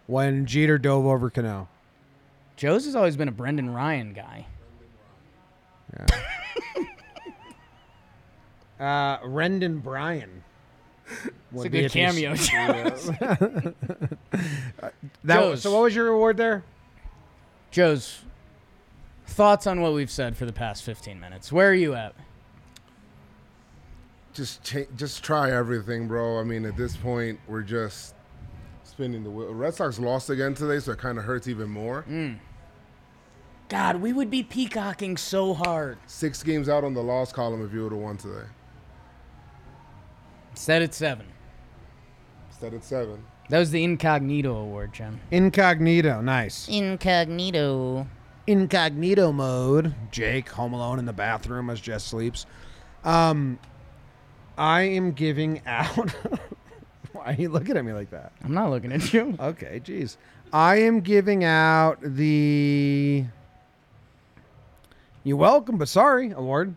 When Jeter dove over Cano. Joe's has always been a Brendan Ryan guy. Uh, Rendon Bryan. It's Would a be good if he's- cameo. That Joe's. was, so what was your reward there? Joe's thoughts on what we've said for the past 15 minutes. Where are you at? Just cha- just try everything, bro. I mean, at this point, we're just spinning the wheel. Red Sox lost again today, so it kind of hurts even more. Mm. God, we would be peacocking so hard. Six games out on the loss column if you would have won today. Set at seven. Instead at seven. That was the incognito award, Jim. Incognito. Nice. Incognito. Incognito mode. Jake, home alone in the bathroom as Jess sleeps. Um, I am giving out. Why are you looking at me like that? I'm not looking at you. Okay, jeez. I am giving out the. You're welcome, but sorry award.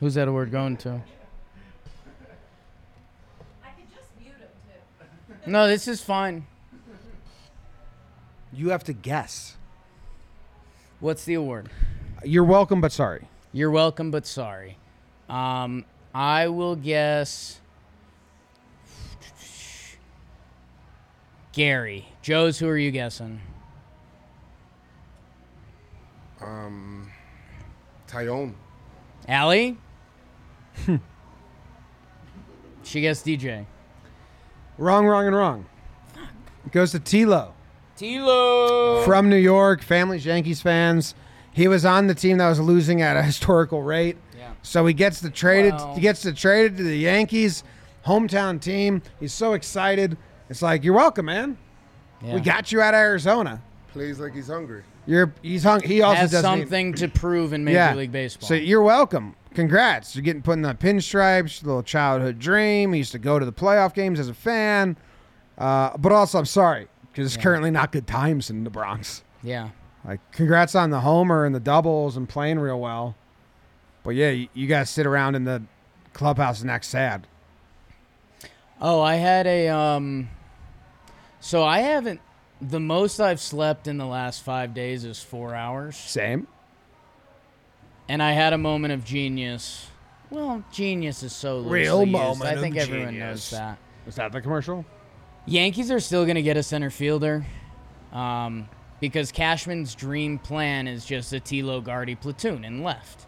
Who's that award going to? I could just mute him too. No, this is fine. You have to guess. What's the award? You're welcome, but sorry. You're welcome, but sorry. Um, I will guess. Gary. Joe's, who are you guessing? Tyone. Allie? she guessed DJ. Wrong, wrong, and wrong. Goes to Tilo Tilo! from New York, family's Yankees fans. He was on the team that was losing at a historical rate. Yeah. So he gets the traded Wow. he gets the traded to the Yankees, hometown team. He's so excited. It's like, you're welcome, man. Yeah. We got you out of Arizona. Plays like he's hungry. You're he's hung he also Has doesn't eat- something to prove in Major League Baseball. So you're welcome. Congrats. You're getting put in the pinstripes, little childhood dream. You used to go to the playoff games as a fan. Uh, but also, I'm sorry, because it's currently not good times in the Bronx. yeah. Like, congrats on the homer and the doubles and playing real well. But yeah, you, you guys sit around in the clubhouse and act sad. Oh, I had a um so I haven't the most I've slept in the last 5 days is 4 hours Same. and I had a moment of genius. Well, genius is so loosely Real used. moment I think of everyone genius. knows that. Was that the commercial? Yankees are still going to get a center fielder um, because Cashman's dream plan is just a Tilo Guardy platoon and left.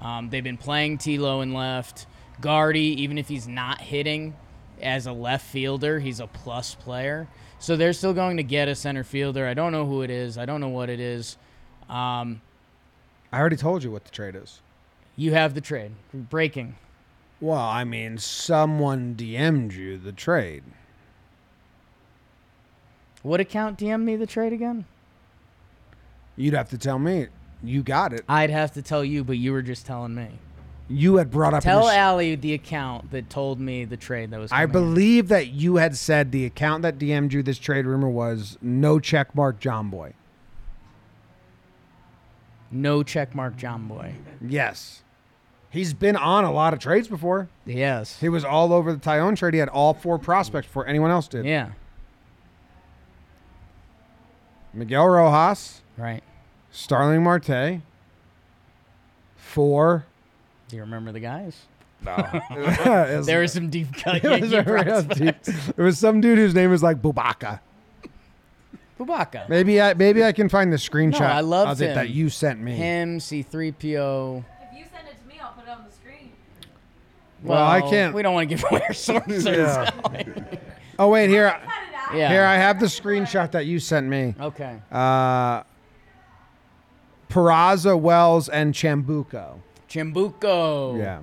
Um, they've been playing Tilo and left. Guardy, even if he's not hitting, as a left fielder. He's a plus player. So they're still going to get a center fielder. I don't know who it is. I don't know what it is. Um, I already told you what the trade is. you have the trade. Breaking. Well, I mean, someone DM'd you the trade. What account DM me the trade again? You'd have to tell me. You got it. I'd have to tell you, but you were just telling me. You had brought up. in Tell the sh- Allie the account that told me the trade that was. I coming. believe that you had said the account that DM'd you this trade rumor was no check mark John Boy. no checkmark John Boy. Yes. He's been on a lot of trades before. Yes. He was all over the Tyone trade. He had all four prospects before anyone else did. Yeah. Miguel Rojas, Right. Starling Marte, four. Do you remember the guys? It There were some deep cut was- it was a Yankee real dude. prospects. It was some dude whose name was like Bubaka. Bubaka. Maybe I maybe I can find the screenshot I loved of it him. that you sent me. Him, C3PO. If you send it to me, I'll put it on the screen. Well, I can't- We don't want to give away our sources. Yeah. Yeah. Oh wait, here Cut it out. here I have the screenshot that you sent me. okay. Uh Peraza, Wells, and Chambuco. Chambuco. Yeah.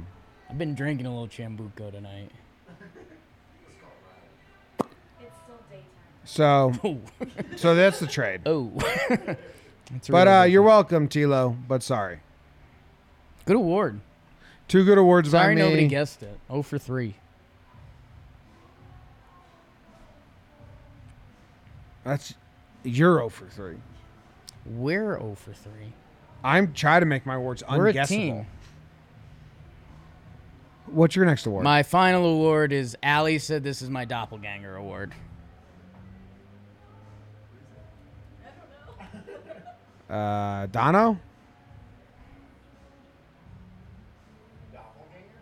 I've been drinking a little Chambuco tonight. It's still So daytime. Oh. so that's the trade. oh. That's But really uh, good. you're welcome, Tilo. But sorry, good award. two good awards Sorry, by me. nobody guessed it. Oh for three. That's Euro for three. We're oh for three. I'm trying to make my awards We're unguessable. a team. What's your next award? My final award is Ali said this is my doppelganger award. uh, Dono.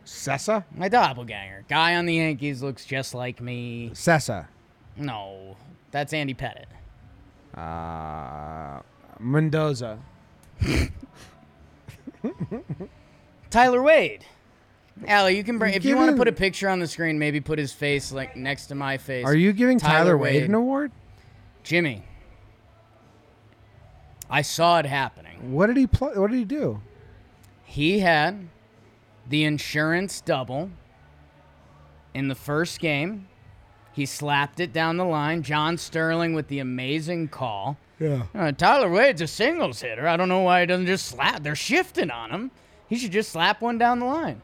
Sessa. My doppelganger. Guy on the Yankees looks just like me. Sessa. No, that's Andy Pettit. Uh, Mendoza. Tyler Wade. Allie, you can bring if you Give want him- to put a picture on the screen, maybe put his face like next to my face. Are you giving Tyler, Tyler Wade, Wade. an award? Jimmy? I saw it happening. What did he play? What did he do? He had the insurance double in the first game. He slapped it down the line. John Sterling with the amazing call. Yeah. Uh, Tyler Wade's a singles hitter. I don't know why he doesn't just slap. They're shifting on him. He should just slap one down the line.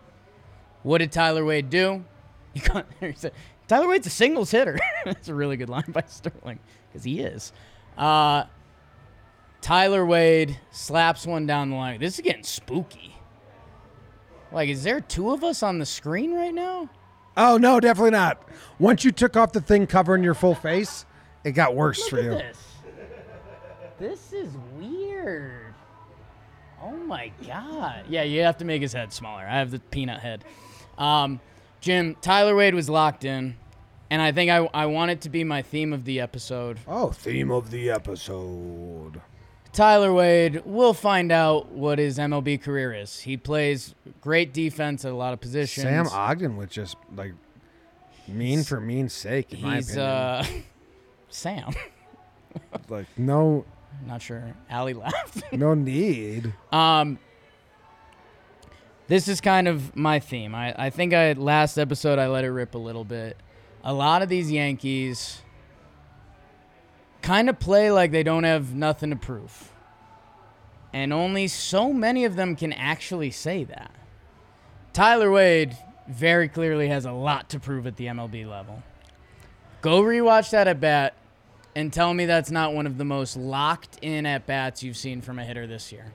What did Tyler Wade do? He got there. He said, Tyler Wade's a singles hitter. That's a really good line by Sterling because he is. Uh, Tyler Wade slaps one down the line. This is getting spooky. Like, is there two of us on the screen right now? Oh no, definitely not. Once you took off the thing covering your full face, it got worse for Look you. at this. This is weird. Oh my god. Yeah, you have to make his head smaller. I have the peanut head. Um, Jim, Tyler Wade was locked in, and I think I, I want it to be my theme of the episode. Oh, theme of the episode. Tyler Wade, we'll find out what his MLB career is. He plays great defense at a lot of positions. Sam Ogden was just like mean for mean's sake, in my He's opinion. uh Sam. like no, Not sure. Allie laughed. no need. Um, this is kind of my theme. I, I think I last episode I let it rip a little bit. A lot of these Yankees kind of play like they don't have nothing to prove. And only so many of them can actually say that. Tyler Wade very clearly has a lot to prove at the MLB level. Go rewatch that at bat and tell me that's not one of the most locked in at bats you've seen from a hitter this year.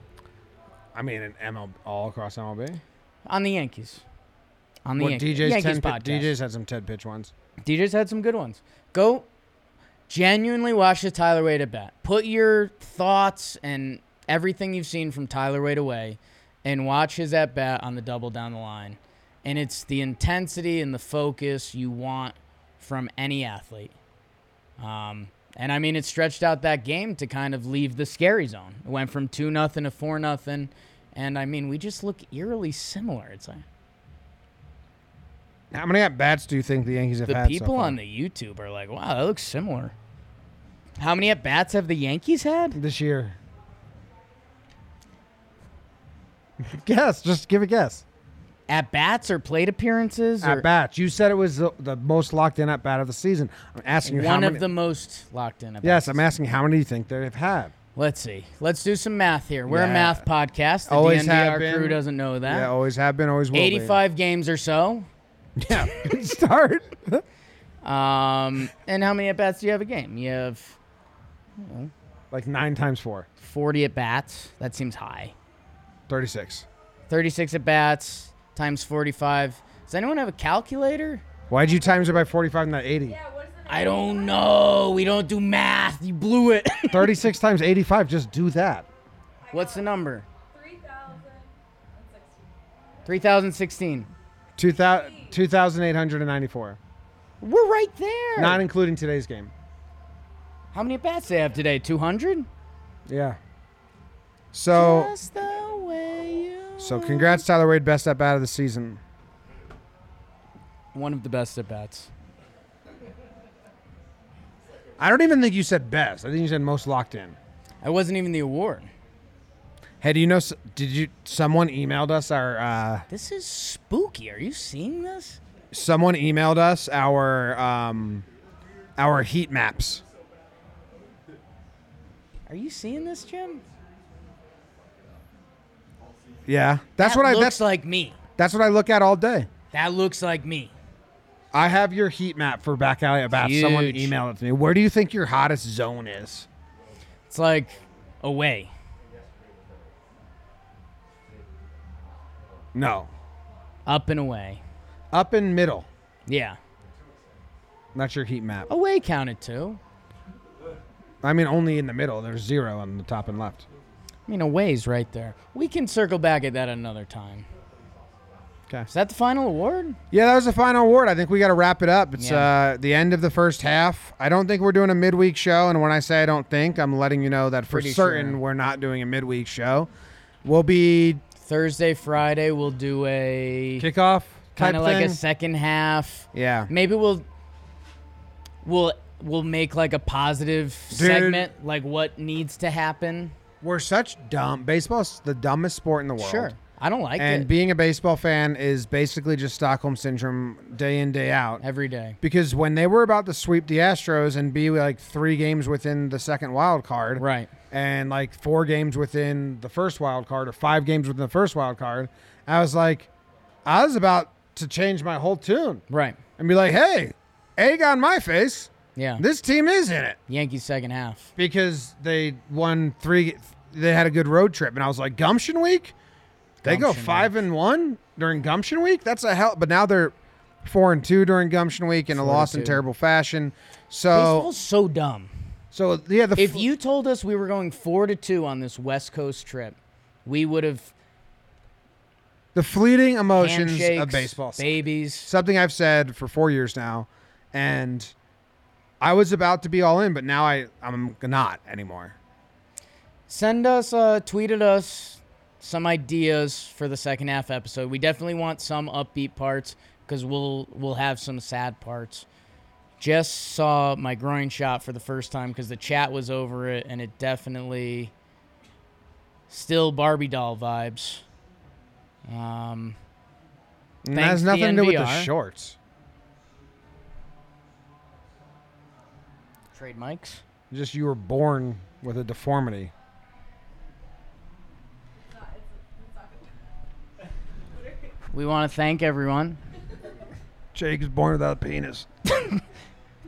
I mean, in ML, all across MLB. On the Yankees. On the What Yankees. DJ's Yankees ten? pi- podcast. DJ's had some Ted pitch ones. DJ's had some good ones. Go genuinely watch the Tyler Wade at bat. Put your thoughts and everything you've seen from Tyler Wade away and watch his at bat on the double down the line. And it's the intensity and the focus you want from any athlete. Um, and I mean, it stretched out that game to kind of leave the scary zone. It went from 2 nothing to 4 nothing, And I mean, we just look eerily similar. It's like, How many at bats do you think the Yankees have The had? so people far? on the YouTube are like, wow, that looks similar. How many at bats have the Yankees had? this year. guess. Just give a guess. At bats or plate appearances? Or At bats. You said it was the, the most locked in at bat of the season. I'm asking you how one many. of the most locked in. at Yes, bats. I'm asking how many do you think they've had? Let's see. Let's do some math here. We're Yeah. a math podcast. The Always have DNVR been. crew doesn't know that. Yeah, always have been, always will. be. 85 games or so. Yeah, good start. Um, and how many at bats do you have a game? You have like nine times four. 40 at bats. That seems high. 36. 36 at bats times 45. Does anyone have a calculator? Why'd you times it by 45 not 80? Yeah, what is the name? I don't know. We don't do math. You blew it. 36 times 85, just do that. What's the number? 3,016. 3016. 2000, 2,894. We're right there. Not including today's game. how many at bats they have today? 200? Yeah. So, Just the way you so congrats, Tyler Wade, best at bat of the season. One of the best at bats. I don't even think you said best. I think you said most locked in. I wasn't even the award. Hey, do you know? s- Did you? Someone emailed us our. Uh, This is spooky. Are you seeing this? someone emailed us our. Um, our heat maps. Are you seeing this, Jim? Yeah, that's that what I. looks That's like me. that's what I look at all day. That looks like me. I have your heat map for back alley at bats. Someone Huge. emailed it to me. Where do you think your hottest zone is? It's like away. No, Up and away. up and middle. Yeah. That's your heat map. Away counted too. I mean, only in the middle. There's zero on the top and left. I mean, away's right there. We can circle back at that another time. Okay. Is that the final award? Yeah, that was the final award. I think we got to wrap it up. It's Yeah. uh, the end of the first half. I don't think we're doing a midweek show. And when I say I don't think, I'm letting you know that for Pretty certain sure. we're not doing a midweek show. We'll be Thursday, Friday, we'll do a kickoff type kind of like a thing. second half. yeah. Maybe we'll we'll we'll make like a positive segment, like what needs to happen. We're such dumb. Baseball's the dumbest sport in the world. Sure. I don't like And it being a baseball fan is basically just Stockholm syndrome day in, day out. every day. Because when they were about to sweep the Astros and be like three games within the second wild card, Right. and like four games within the first wild card or five games within the first wild card, I was like, I was about to change my whole tune Right. and be like, hey, egg on my face. Yeah. This team is in it Yankees second half. because they won three. They had a good road trip, and I was like, Gumption Week, they go Gumption five and one during Gumption Week. That's a hell. But now they're four and two during Gumption Week and a and loss in two. terrible fashion. So, Baseball's so dumb. so yeah, the If f- you told us we were going four to two on this West Coast trip, we would have the fleeting emotions handshakes, of baseball. babies. something I've said for four years now, and I was about to be all in, but now I I'm not anymore. Send us, uh, tweet at us some ideas for the second half episode. We definitely want some upbeat parts because we'll we'll have some sad parts. Just saw my groin shot for the first time because the chat was over it, and it definitely still Barbie doll vibes. Um, And that Thanks, has nothing to do with the DNVR. shorts. trade mics. Just you were born with a deformity. We want to thank everyone. Jake is born without a penis.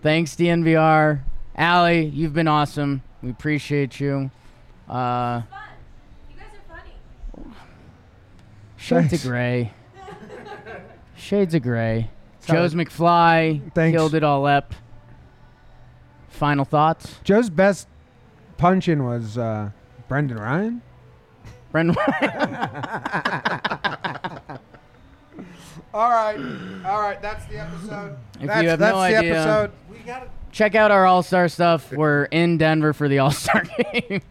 Thanks, DNVR. Allie, you've been awesome. We appreciate you. Uh, Fun. You guys are funny. shades Thanks. of gray. Shades of gray. Joe's McFly Thanks. killed it all up. Final thoughts, Joe's best punch in was uh, Brendan Ryan. Brendan. All right, all right, that's the episode. If you have no idea- We got check out our All Star stuff. We're in Denver for the All Star game.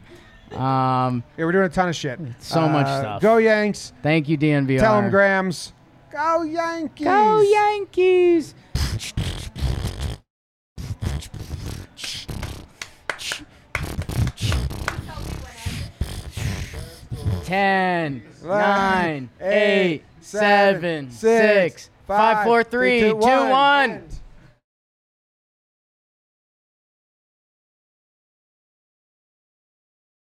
Um, Yeah, we're doing a ton of shit. Uh, So much stuff. Go Yanks. thank you, DNVR. Telegrams. Go Yankees! Go Yankees! Ten, nine, eight, seven, six, five, four, three, two, one.